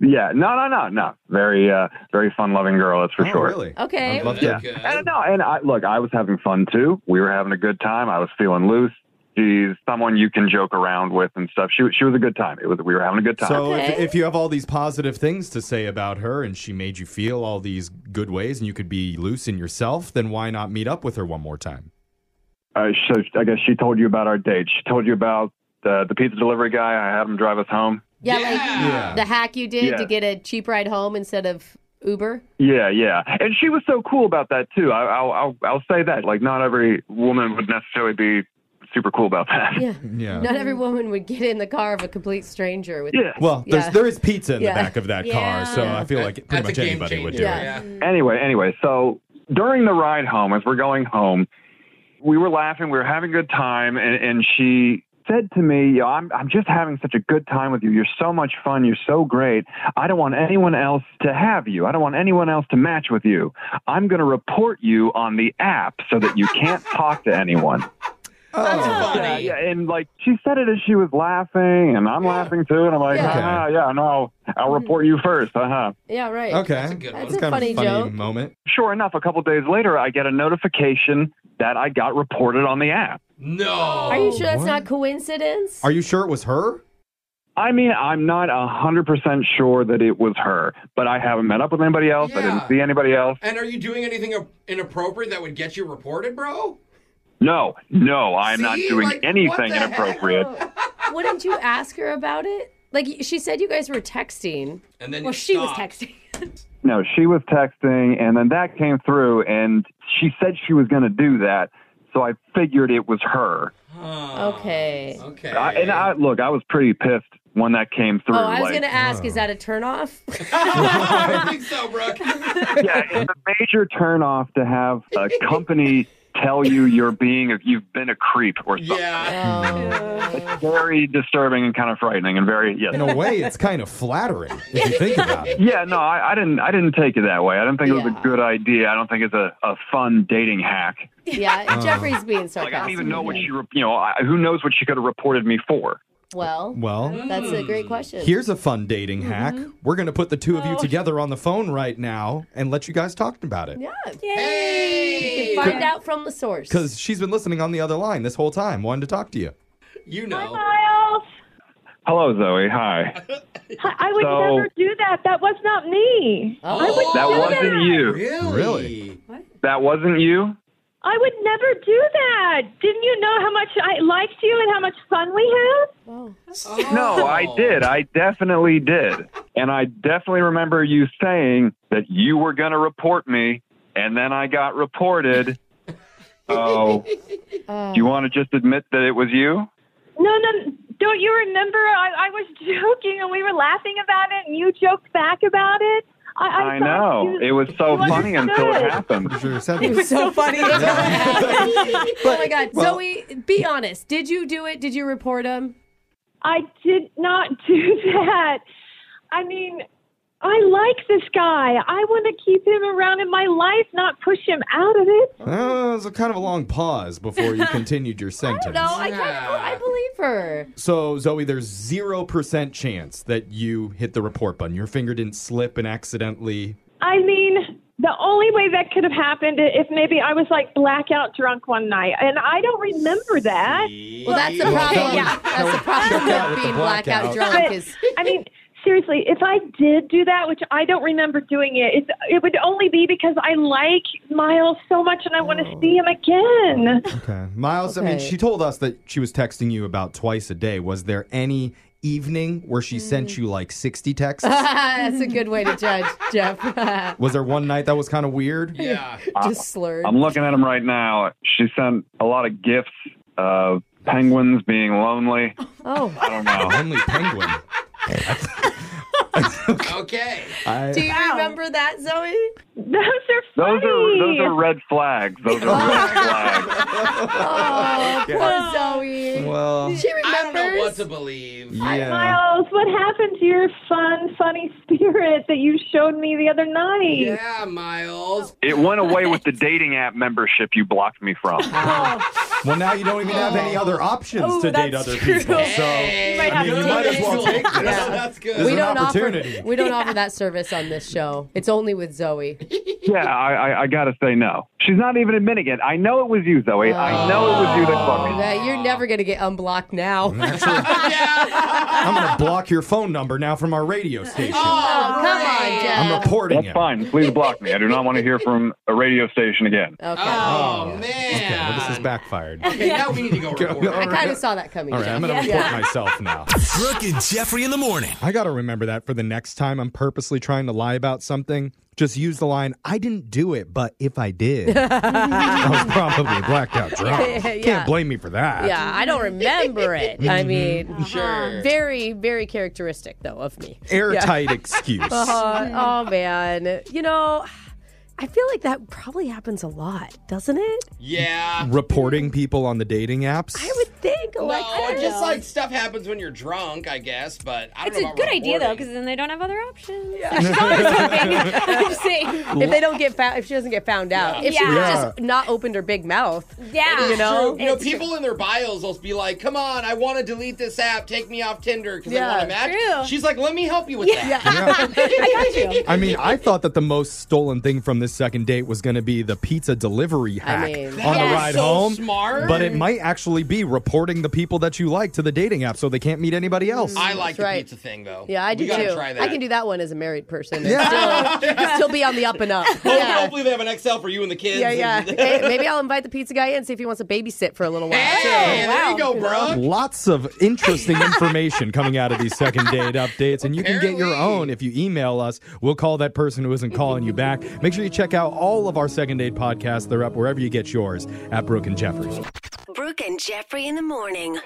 Yeah. No, no, no, no. Very, uh, very fun-loving girl. That's for sure. Oh, Really? Okay. I'd love to- Yeah. And no, and I look, I was having fun too. We were having a good time. I was feeling loose. She's someone you can joke around with and stuff. She she was a good time. It was we were having a good time. So if, if you have all these positive things to say about her and she made you feel all these good ways and you could be loose in yourself, then why not meet up with her one more time? Uh, so I guess she told you about our date. She told you about uh, the the pizza delivery guy. I had him drive us home. yeah, like Yeah. the hack you did Yeah. to get a cheap ride home instead of Uber. Yeah, yeah. And she was so cool about that too. I, I'll I'll I'll say that. Like not every woman would necessarily be super cool about that. Yeah. Yeah. Not every woman would get in the car of a complete stranger with Well, there's Yeah. there is pizza in Yeah. the back of that Yeah. Mm. car, so I feel like pretty much game anybody would do changer, it. Anyway, anyway, so during the ride home, as we're going home, we were laughing, we were having a good time, and, and she said to me, you know, I'm, I'm just having such a good time with you. You're so much fun. You're so great. I don't want anyone else to have you. I don't want anyone else to match with you. I'm going to report you on the app so that you can't talk to anyone. That's funny. Yeah, and like she said it as she was laughing, and I'm laughing too, and I'm like, Yeah. Mm-hmm. ah, yeah, no, I'll report you first, uh huh. Yeah, right. Okay. That's a good That's one. a Kind of funny, funny joke. moment. Sure enough, a couple days later, I get a notification that I got reported on the app. No. Are you sure that's not coincidence? Are you sure it was her? I mean, I'm not 100% sure that it was her, but I haven't met up with anybody else. I didn't see anybody else. And are you doing anything ap- inappropriate that would get you reported, bro? No, no, I'm not See? doing Like, what anything the heck? inappropriate. Wouldn't you ask her about it? Like she said, you guys were texting. And then well, she was texting. No, she was texting, and then that came through, and she said she was going to do that, so I figured it was her. okay. Okay. I, and I look, I was pretty pissed when that came Oh, through. I was like, gonna ask, is that a turnoff? yeah, it's a major turnoff to have a company tell you you're being a, you've been a creep or something. Yeah. It's very disturbing and kind of frightening and very yes. In a way, it's kind of flattering if you think about it. Yeah, no, I, I didn't. I didn't take it that way. I didn't think it was a good idea. I don't think it's a, a fun dating hack. yeah, Ah. Uh. Jeffrey's being sarcastic. I don't even know what she, re- you know, I, who knows what she could have reported me for. Well, Well, that's a great question. Here's a fun dating Mm-hmm. hack. We're going to put the two Oh. of you together on the phone right now and let you guys talk about it. yeah. Yay! You can find out from the source. Because she's been listening on the other line this whole time, wanting to talk to you. You know. Miles, Hello, Zoe. Hi. I I would So- Oh. never do that. That was not me. I would that do wasn't that. you. Really? That wasn't you. I would never do that. Didn't you know how much I liked you and how much fun we had? Oh. No, I did. I definitely did. And I definitely remember you saying that you were going to report me, and then I got reported. Oh, Uh. do you want to just admit that it was you? No, no, don't you remember? I, I was joking and we were laughing about it, and you joked back about it. I, I, I know. It was so funny until it happened. It was so funny. oh my God. Well- Zoe, be honest. Did you do it? Did you report him? I did not do that. I mean, I like this guy. I want to keep him around in my life, not push him out of it. Uh, it was a kind of a long pause before you continued your sentence. No, I, kind of, oh, I believe her. So, Zoe, there's 0% chance that you hit the report button. Your finger didn't slip and accidentally. I mean, the only way that could have happened i- if maybe I was like blackout drunk one night, and I don't remember that. Well, that's the problem. Yeah, that's the problem with with the being blackout blackout. drunk But- is I mean, seriously, if I did do that, which I don't remember doing it, it, it would only be because I like Miles so much and I want to see him again. Okay. Miles, I mean, Okay. she told us that she was texting you about twice a day. Was there any evening where she sent you like 60 texts? that's a good way to judge, Jeff. was there one night that was kind of weird? yeah, just slurred. I'm looking at him right now. She sent a lot of gifts of penguins being lonely. Oh, I don't know. Only penguin. Okay. I, Do you remember that, Zoe? Those are those are those are red flags. Those are red flags. Oh, Okay. poor Zoe. Well, she I don't remembers. know what to believe. Miles, what happened to your fun, funny spirit that you showed me the other night? Yeah, Miles. It went away with the dating app membership you blocked me from. well, now you don't even have any other options Oh, to date that's other true. people. So, Hey, I mean, you might as well take this. That's good. This is we an opportunity. don't offer we don't offer that service on this show. It's only with Zoe. Yeah, I, I, I gotta say no. She's not even admitting it. I know it was you, Zoe. I know it was you that fucked Oh, me. Yeah, You're never gonna get unblocked now. I'm going to block your phone number now from our radio station. Oh, come on, Jeff. I'm reporting That's it. fine. Please block me. I do not want to hear from a radio station again. Okay. Oh, man. Okay, well, this is backfired. Okay, now we need to go report. I kind of saw that coming. All right, Jeff. I'm going to report myself now. Brooke and Jeffrey in the morning. I got to remember that for the next time I'm purposely trying to lie about something. Just use the line, I didn't do it, but if I did, I was probably blacked out drunk. Yeah. Can't blame me for that. Yeah, I don't remember it. I Mhm. mean, Sure. very, very characteristic though of me. Airtight Yeah. excuse. Uh-huh. oh man, you know, I feel like that probably happens a lot, doesn't it? Yeah. Reporting people on the dating apps. I would think. No, just like stuff happens when you're drunk, I guess. But I don't It's know a about good idea though, reporting. because then they don't have other options. I'm saying. if they don't get found, if she doesn't get found out, if she would Yeah. just not opened her big mouth, That is you know, true. you know, people in their bios will be like, "Come on, I want to delete this app. Take me off Tinder because I Yeah, want to match." true. She's like, "Let me help you with that." I got you. I mean, I thought that the most stolen thing from this second date was going to be the pizza delivery hack mean, on the That is ride so home. smart. But it might actually be reporting the people that you like to the dating app so they can't meet anybody else. Mm, I like the right. pizza thing though. Yeah, I do we gotta too. Try that. I can do that one as a married person. and Yeah. Still, still be on the up and up. Hopefully, Yeah. hopefully they have an XL for you and the kids. Yeah, yeah. and- Hey, maybe I'll invite the pizza guy in see if he wants to babysit for a little while. Hey, too. there you go, bro. Lots of interesting information coming out of these second date updates, and you can get your own if you email us. We'll call that person who isn't calling you back. Make sure you check out all of our second date podcasts. They're up wherever you get yours at Brooke and Jeffrey. Brooke and Jeffrey in the morning.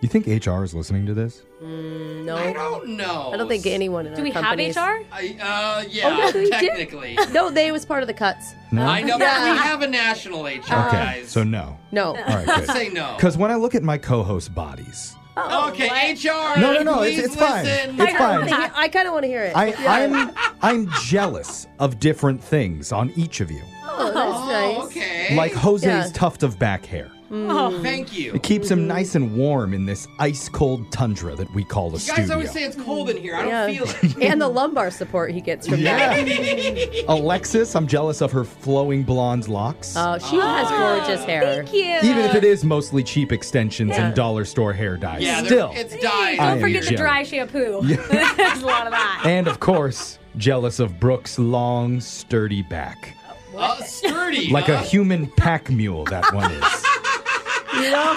You think HR is listening to this? Mm, no, I don't know. I don't think anyone in Do our we have companies- HR? I, uh, yeah, Oh, yeah, they do. technically. No, they was part of the cuts. I know, Yeah. but we have a national HR, Okay, guys. so no. All No. right, good. Say no. Because when I look at my co-host bodies, okay, HR. No, no, no, it's- please it's fine. listen. It's fine. I kind of want to hear it. I, Yeah. I'm I'm jealous of different things on each of you, Oh, that's nice. Mm. Okay. like Jose's tuft of back hair. Oh, thank you. It keeps Mm-hmm. him nice and warm in this ice cold tundra that we call the You guys studio. always say it's cold in here. I don't feel it. and the lumbar support he gets from that. Alexis, I'm jealous of her flowing blonde locks. Oh, she has gorgeous hair. Thank you. Even if it is mostly cheap extensions Yeah. and dollar store hair dyes, Yeah, they're- still. it's dyed. I Don't am forget the jealous. dry shampoo. There's a lot of that. And of course, jealous of Brooke's long, sturdy back. Uh, sturdy. Like a huh? human pack mule, that one is. You know?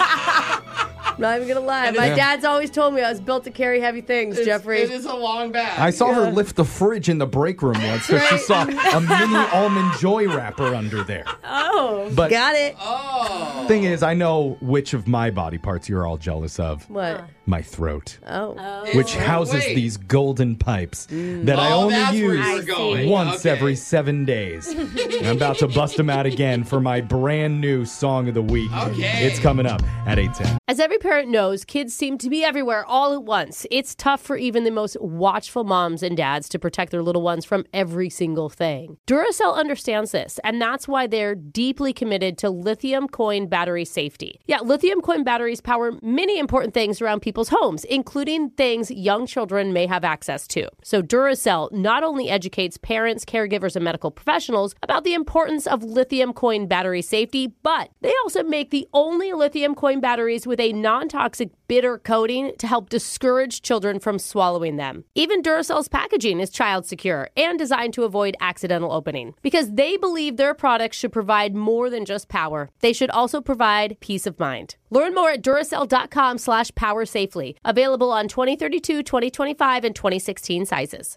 I'm not even gonna lie. And My it's- dad's always told me I was built to carry heavy things, Jeffrey. It is a long bag. I saw her lift the fridge in the break room once because she saw a mini almond joy wrapper under there. Oh, But- got it. Oh, Thing is, I know which of my body parts you're all jealous of. What? My throat. Oh. Which houses Wait. these golden pipes that I Oh, only that's where you were use going. once Okay. every seven days. And I'm about to bust them out again for my brand new song of the week. Okay. It's coming up at 810. As every parent knows, kids seem to be everywhere all at once. It's tough for even the most watchful moms and dads to protect their little ones from every single thing. Duracell understands this, and that's why they're deeply committed to lithium coin battery safety. Yeah, lithium coin batteries power many important things around people's homes, including things young children may have access to. So Duracell not only educates parents, caregivers, and medical professionals about the importance of lithium coin battery safety, but they also make the only lithium coin batteries with a non toxic bitter coating to help discourage children from swallowing them. Even Duracell's packaging is child secure and designed to avoid accidental opening because they believe their products should provide more than just power. They should also provide peace of mind. Learn more at Duracell.com slash power safely. Available on 2032, 2025, and 2016 sizes.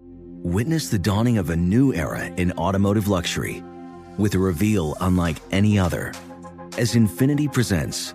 Witness the dawning of a new era in automotive luxury with a reveal unlike any other as Infinity presents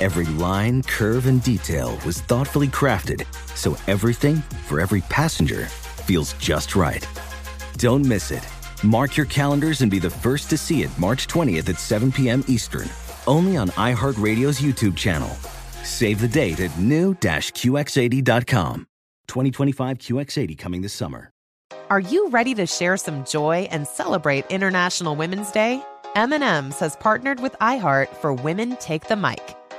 Every line, curve, and detail was thoughtfully crafted so everything for every passenger feels just right. Don't miss it. Mark your calendars and be the first to see it March 20th at 7 p.m. Eastern, only on iHeartRadio's YouTube channel. Save the date at new-QX80.com. 2025 QX80 coming this summer. Are you ready to share some joy and celebrate International Women's Day? M&M's has partnered with iHeart for Women Take the Mic,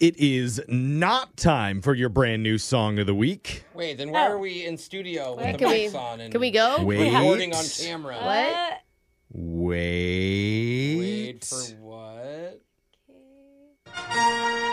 It is not time for your brand new song of the week. Wait, then why are we in studio with the Oh. Can we- mics on and can we go? Wait. recording on camera? What? Wait. Wait for Uh, what?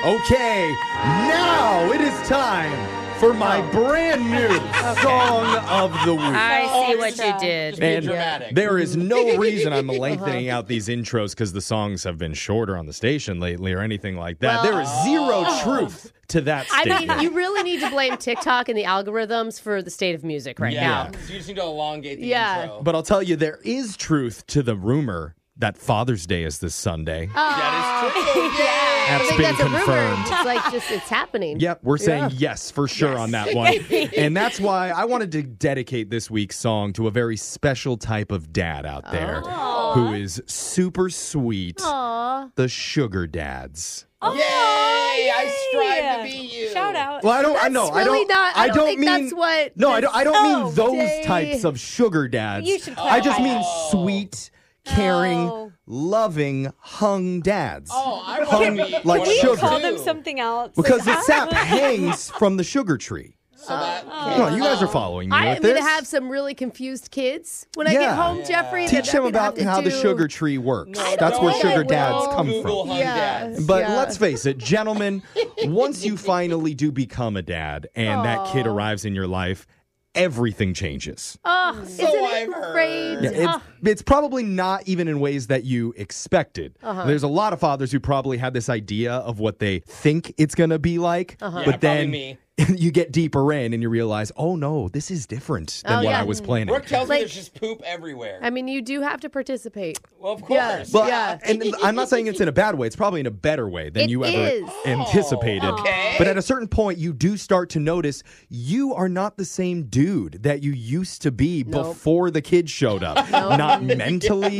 Okay, now it is time for my brand new song of the week. I see what you did. And there is no reason I'm lengthening out these intros because the songs have been shorter on the station lately or anything like that. Well- there is zero Oh. truth to that I statement. mean, you really need to blame TikTok and the algorithms for the state of music right Yeah. now. You just need to elongate the Yeah. intro. But I'll tell you, there is truth to the rumor that Father's Day is this Sunday. Oh. that Oh, is true. yeah. That's I think been that's a rumor. confirmed. It's like just it's happening. Yep, we're saying Yeah. yes for sure on that one. and that's why I wanted to dedicate this week's song to a very special type of dad out there Aw. who is super sweet. Aw. The sugar dads. Yay! I strive to be you. Shout out. Well, I don't. I know. Uh, That's I don't. really not- I I don't don't, think mean. that's what no, I don't. I don't Oh, mean those Dave. types of sugar dads. You should Oh. I just clarify mean sweet, caring, loving, hung dads. Oh, I Hung want to be like Can we sugar. call them something else? Because the Like, sap ah. hangs from the sugar tree. no, uh, you guys are following me I with am going this. to have some really confused kids when I get Yeah. home, Jeffrey. that Teach them I'm gonna have about to how the do- sugar tree works. No, That's where don't. sugar Don't dads come Google from. hung Yes, dads. But yeah. let's face it, gentlemen, once you finally do become a dad and that kid arrives in your life, everything changes. Oh, isn't it great? Yeah, it's, Oh, it's probably not even in ways that you expected. Uh-huh. There's a lot of fathers who probably had this idea of what they think it's going to be like, Uh-huh. Yeah, probably but then me. you get deeper in and you realize, oh no, this is different than Oh, what yeah. I was planning. Brooke tells Like- me there's just poop everywhere. I mean, you do have to participate. Well, of Yes, Well, yeah. and I'm not saying it's in a bad way. It's probably in a better way than It you ever is. anticipated. okay. But at a certain point, you do start to notice you are not the same dude that you used to be Nope. before the kids showed up. Nope. Not mentally,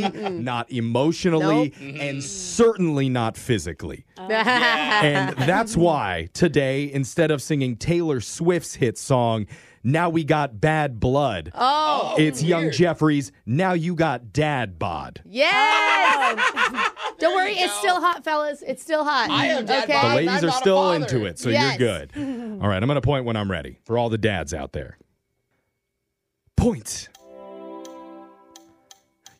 Mm-mm. not emotionally, Nope. and certainly not physically. yeah. And that's why today, instead of singing Taylor Swift's hit song, now we got Bad Blood. Oh. it's Young Weird. Jeffries. Now you got Dad Bod. Oh, Yes. Don't worry, it's still hot, fellas. It's still hot. I am dad okay. the ladies are still into it, so Yes. you're good. All right, I'm going to point when I'm ready for all the dads out there. Point.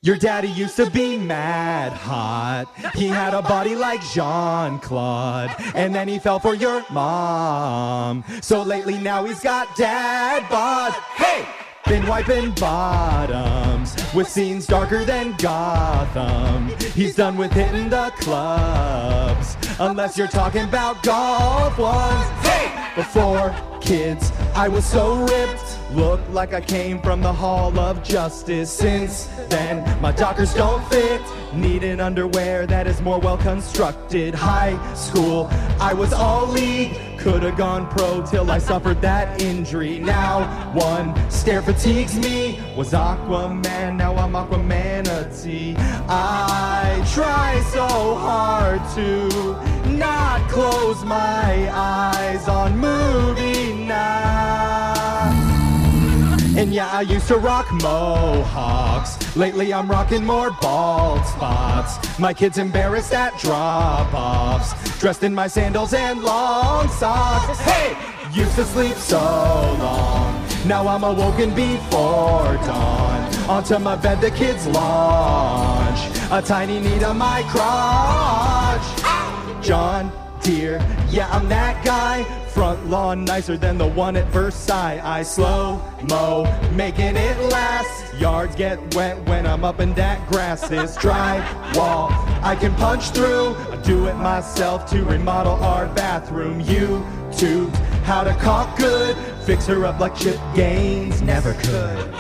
Your daddy used to be mad hot. He had a body like Jean Claude. And then he fell for your mom. So lately now he's got dad bod. Hey! Been wiping bottoms with scenes darker than Gotham. He's done with hitting the clubs. Unless you're talking about golf ones. Hey! Before kids, I was so ripped. Looked like I came from the Hall of Justice. Since then, my dockers don't fit. Needed underwear that is more well constructed. High school, I was all league. Could have gone pro till I suffered that injury. Now one stare fatigues me. Was Aquaman, now I'm Aquamanatee. I try so hard to not close my eyes on movie night. And yeah, I used to rock mohawks. Lately, I'm rocking more bald spots. My kids embarrassed at drop offs. Dressed in my sandals and long socks. Hey! Used to sleep so long. Now I'm awoken before dawn. Onto my bed, the kids launch. A tiny need on my crotch. John Deere. Yeah, I'm that guy. Front lawn nicer than the one at Versailles. I slow mo, making it last. Yards get wet when I'm up in that grass. This drywall I can punch through. I do it myself to remodel our bathroom. YouTube how to caulk good. Fix her up like Chip Gaines never could.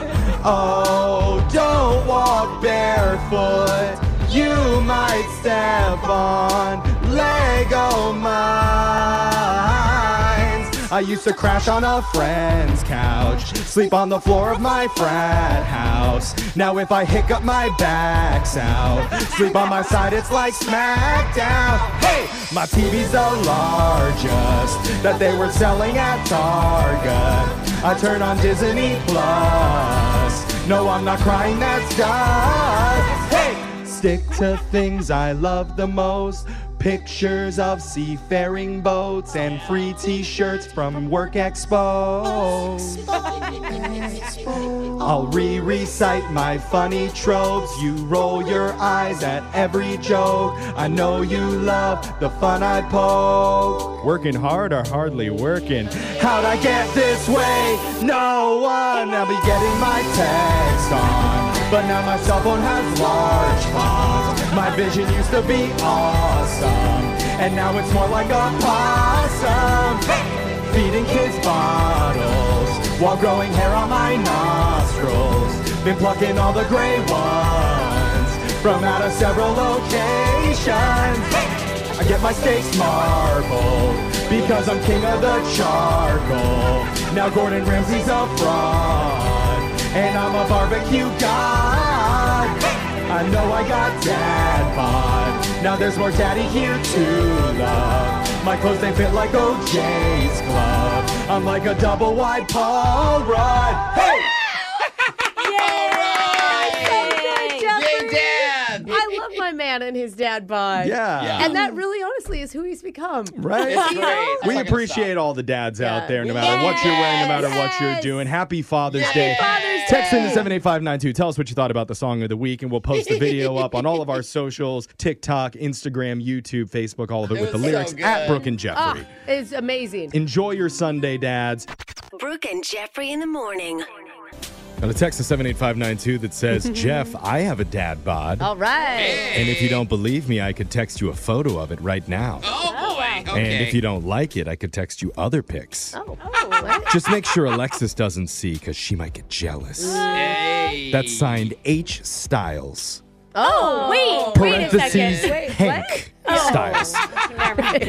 Oh, don't walk barefoot. You might step on Lego mines. I used to crash on a friend's couch, sleep on the floor of my frat house. Now if I hiccup, my back's out. Sleep on my side, it's like SmackDown. Hey, my TV's the largest that they were selling at Target. I turn on Disney Plus. No, I'm not crying, that's dust. Hey. Stick to things I love the most. Pictures of seafaring boats and free t shirts from Work Expo. I'll re recite my funny tropes. You roll your eyes at every joke. I know you love the fun I poke. Working hard or hardly working? How'd I get this way? No one. I'll be getting my text on. But now my cell phone has large fonts. My vision used to be awesome. And now it's more like a possum. Feeding kids bottles while growing hair on my nostrils. Been plucking all the gray ones from out of several locations. I get my steaks marbled because I'm king of the charcoal. Now Gordon Ramsay's a fraud, and I'm a barbecue god. I know I got dad bod. Now there's more daddy here to love. My clothes they fit like OJ's glove. I'm like a double wide Paul Rudd. Hey! Jeffrey. I love my man and his dad bod. Yeah. Yeah. And that really honestly is who he's become. Right? You know? We appreciate all the dads out there, no matter what you're wearing, no matter what you're doing. Happy Father's Day. Father's Text in to Day. 78592. Tell us what you thought about the song of the week, and we'll post the video up on all of our socials TikTok, Instagram, YouTube, Facebook, all of it, It with the was so lyrics at good. Brooke and Ah, Jeffrey. it's Ah. amazing. Enjoy your Sunday, dads. Brooke and Jeffrey in the morning. Got a text to 78592 that says, Jeff, I have a dad bod. All right. And if you don't believe me, I could text you a photo of it right now. Oh, boy. And if you don't like it, I could text you other pics. Oh. Just make sure Alexis doesn't see because she might get jealous. That's signed H Styles. Oh, wait. Wait a Parentheses, second. Wait, Hank Styles. Oh.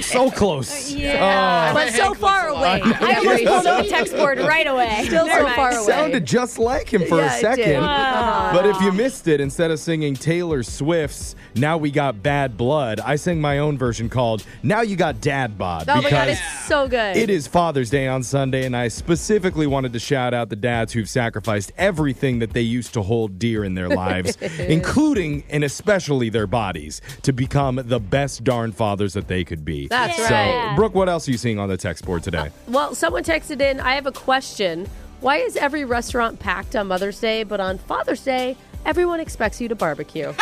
so close. Uh, Yeah. Oh. But so far away. lot. I almost pulled up the text board right away. Still so Right. far away. Sounded just like him for Yeah, a it did. second. Wow. But if you missed it, instead of singing Taylor Swift's Now We Got Bad Blood, I sang my own version called Now You Got Dad Bod. Oh my god, because it's so good. It is Father's Day on Sunday, and I specifically wanted to shout out the dads who've sacrificed everything that they used to hold dear in their lives, including and especially their bodies, to become the best darn fathers that they could be. That's so, right. Brooke, what else are you seeing on the text board today? Well, someone texted in, I have a question. Why is every restaurant packed on Mother's Day, but on Father's Day, everyone expects you to barbecue?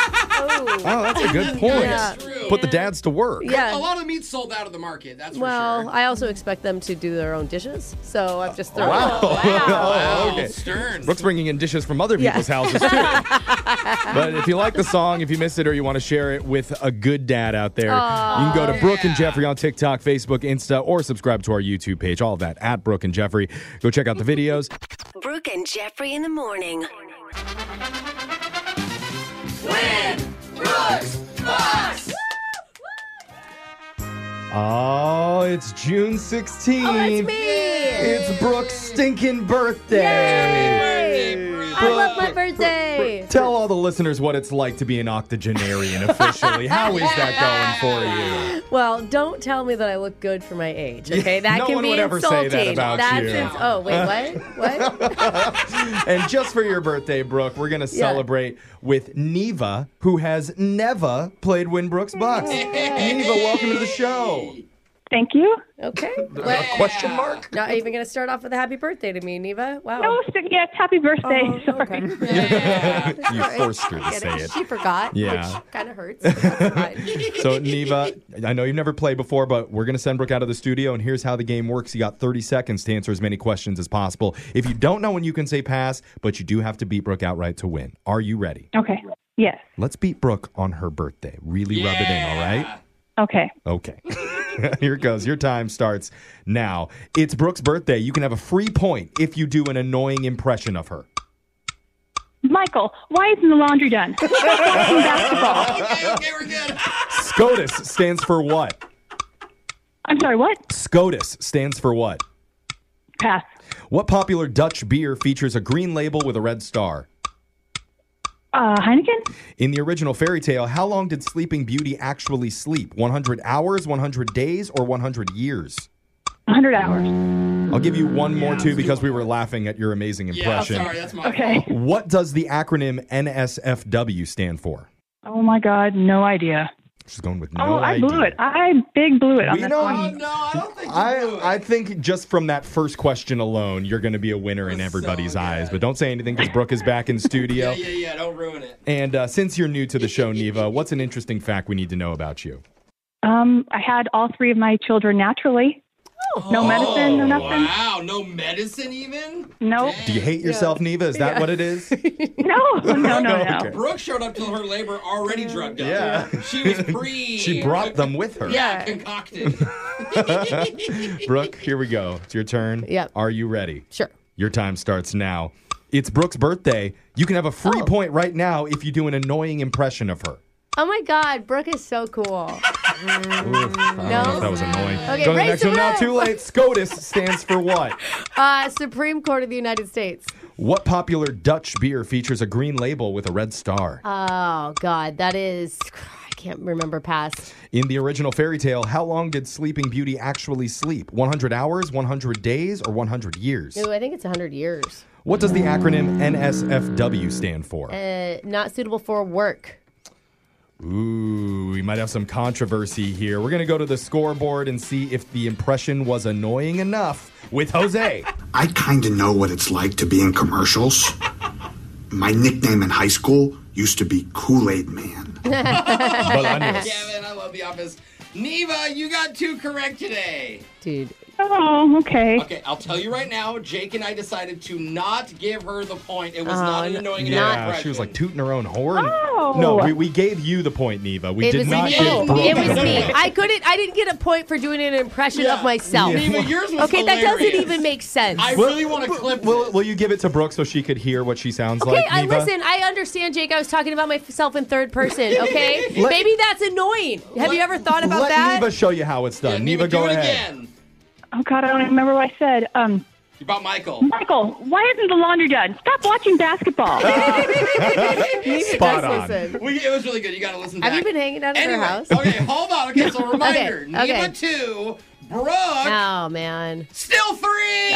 Oh, that's a good point. Yeah. Put the dads to work. Yeah. A lot of meat's sold out of the market. That's for well, I also expect them to do their own dishes, so I've just thrown Wow. Wow, oh, okay. stern. Brooke's bringing in dishes from other Yeah. people's houses, too. but if you like the song, if you missed it or you want to share it with a good dad out there, you can go to Aw. Brooke and Jeffrey on TikTok, Facebook, Insta, or subscribe to our YouTube page. All of that at Brooke and Jeffrey. Go check out the videos. Brooke and Jeffrey in the morning. Oh, it's June 16th. Oh, it's me. It's Brooke's stinking birthday. I love my birthday. Tell all the listeners what it's like to be an octogenarian officially. How is that going for you? Well, don't tell me that I look good for my age, okay? That no can one be would ever insulting. say that about That's you. Uh, ins- oh, wait, what? and just for your birthday, Brooke, we're going to Yeah. celebrate with Neva, who has never played Win Brooks Bucks. Neva, welcome to the show. Thank you. Okay. Well, Question mark? not even going to start off with a happy birthday to me, Neva. Wow. No, so- yes, happy birthday. Sorry. you forced her to Get say it. She forgot, Yeah. which kind of hurts. That's fine. So, Neva, I know you've never played before, but we're going to send Brooke out of the studio, and here's how the game works. You got 30 seconds to answer as many questions as possible. If you don't know when you can say pass, but you do have to beat Brooke outright to win. Are you ready? Okay. Yes. Let's beat Brooke on her birthday. Really rub it in, all right? Okay. Okay. Here it goes. Your time starts now. It's Brooke's birthday. You can have a free point if you do an annoying impression of her. Michael, why isn't the laundry done? Fucking basketball. SCOTUS stands for what? I'm sorry, what? SCOTUS stands for what? Pass. What popular Dutch beer features a green label with a red star? Uh, Heineken? In the original fairy tale, how long did Sleeping Beauty actually sleep? 100 hours, 100 days, or 100 years? 100 hours. I'll give you one more, too, because we were laughing at your amazing impression. Okay. What does the acronym NSFW stand for? Oh my God, no idea. She's going with oh, no I idea. blew it. I big blew it on We this know- one. I, I think just from that first question alone, you're going to be a winner in everybody's eyes. But don't say anything because Brooke is back in studio. Yeah, yeah, don't ruin it. And uh, since you're new to the show, Neva, what's an interesting fact we need to know about you? Um, I had all three of my children naturally. Oh. No medicine, no nothing. Oh, Wow, no medicine even? No. Do you hate yourself, Neva? Is that what it is? No, no, no, no. Okay. Brooke showed up till her labor already drugged up. Yeah. She was pre. She brought them with her. Yeah, concocted. Brooke, here we go. It's your turn. Yep. Are you ready? Sure. Your time starts now. It's Brooke's birthday. You can have a free point right now if you do an annoying impression of her. Oh my God, Brooke is so cool. I don't know if that was annoying. Okay, Go to the raise next the one. Now, roof. too late. SCOTUS stands for what? Uh, Supreme Court of the United States. What popular Dutch beer features a green label with a red star? Oh God, that is. I can't remember past. In the original fairy tale, how long did Sleeping Beauty actually sleep? 100 hours, 100 days, or 100 years? No, I think it's hundred years. What does the acronym NSFW stand for? Uh, not suitable for work. Ooh, we might have some controversy here. We're going to go to the scoreboard and see if the impression was annoying enough with Jose. I kind of know what it's like to be in commercials. My nickname in high school used to be Kool Aid Man. Damn it, I love The Office. Neva, you got two correct today. Dude. Oh, okay. Okay, I'll tell you right now, Jake and I decided to not give her the point. It was Oh, not an n- annoying enough yeah, impression. she was like tooting her own horn. Oh. No, we, we gave you the point, Neva. We it did was not me. give Brooke It was the me. point. I couldn't. I didn't get a point for doing an impression of myself. Yeah. Neva, yours was okay, that doesn't hilarious. even make sense. to clip will, will you give it to Brooke so she could hear what she sounds Okay, like, I Neva? listen. I understand, Jake. I was talking about myself in third person. Okay, Let- maybe that's annoying. Have you ever thought about Let that? Neva show you how it's done. Neva, go ahead. Oh God, I don't remember what I said. Um, about Michael. Michael, why isn't the laundry done? Stop watching basketball. Spot on. We, it was really good. You got to listen. Have back. you been hanging out at her anyway, house? Okay, hold on. Okay, so reminder: Okay, okay. Neva two, Brooke. Oh man, Ah. still three.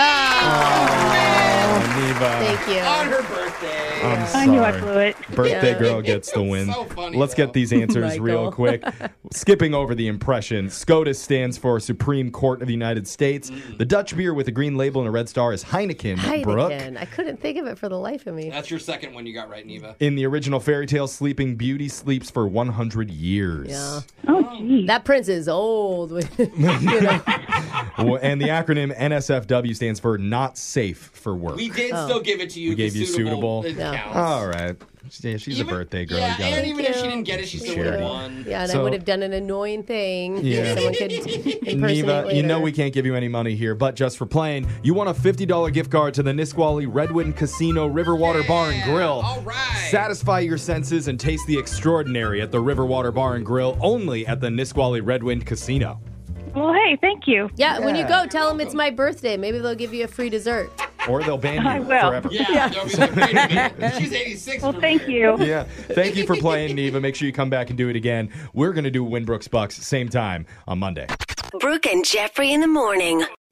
Neva. you. On her birthday. I'm sorry. I knew I blew it. Birthday Yeah. girl gets the win. So funny, Let's get these answers real Michael. quick. Skipping over the impression, SCOTUS stands for Supreme Court of the United States. Mm. The Dutch beer with a green label and a red star is Heineken. Brooke. Heineken. I couldn't think of it for the life of me. That's your second one you got right, Neva. In the original fairy tale, Sleeping Beauty sleeps for 100 years. Yeah. Oh, That prince is old. Well, and the acronym NSFW stands for Not Safe for Work. We did still give it to you. We gave The you suitable. It counts. All right. She- yeah, she's a birthday girl. yeah, You gotta- and even if she didn't get it, she still would have Charity. won. Yeah, and I So- would have done an annoying thing. Yeah. Someone could impersonate Neva, you later. know we can't give you any money here, but just for playing, you want a $50 gift card to the Nisqually Redwood Casino Riverwater Bar and Grill. All right. Satisfy your senses and taste the extraordinary at the Riverwater Bar and Grill only at the Nisqually Redwood Casino. Well, hey, thank you. Yeah, when you Yeah. go, tell them it's my birthday. Maybe they'll give you a free dessert. Or they'll ban you I will. forever. Yeah, they'll be like, wait a minute. She's 86. Well, thank you. Yeah. Thank you for playing, Neva. Make sure you come back and do it again. We're going to do Winbrooks Bucks same time on Monday. Brooke and Jeffrey in the morning.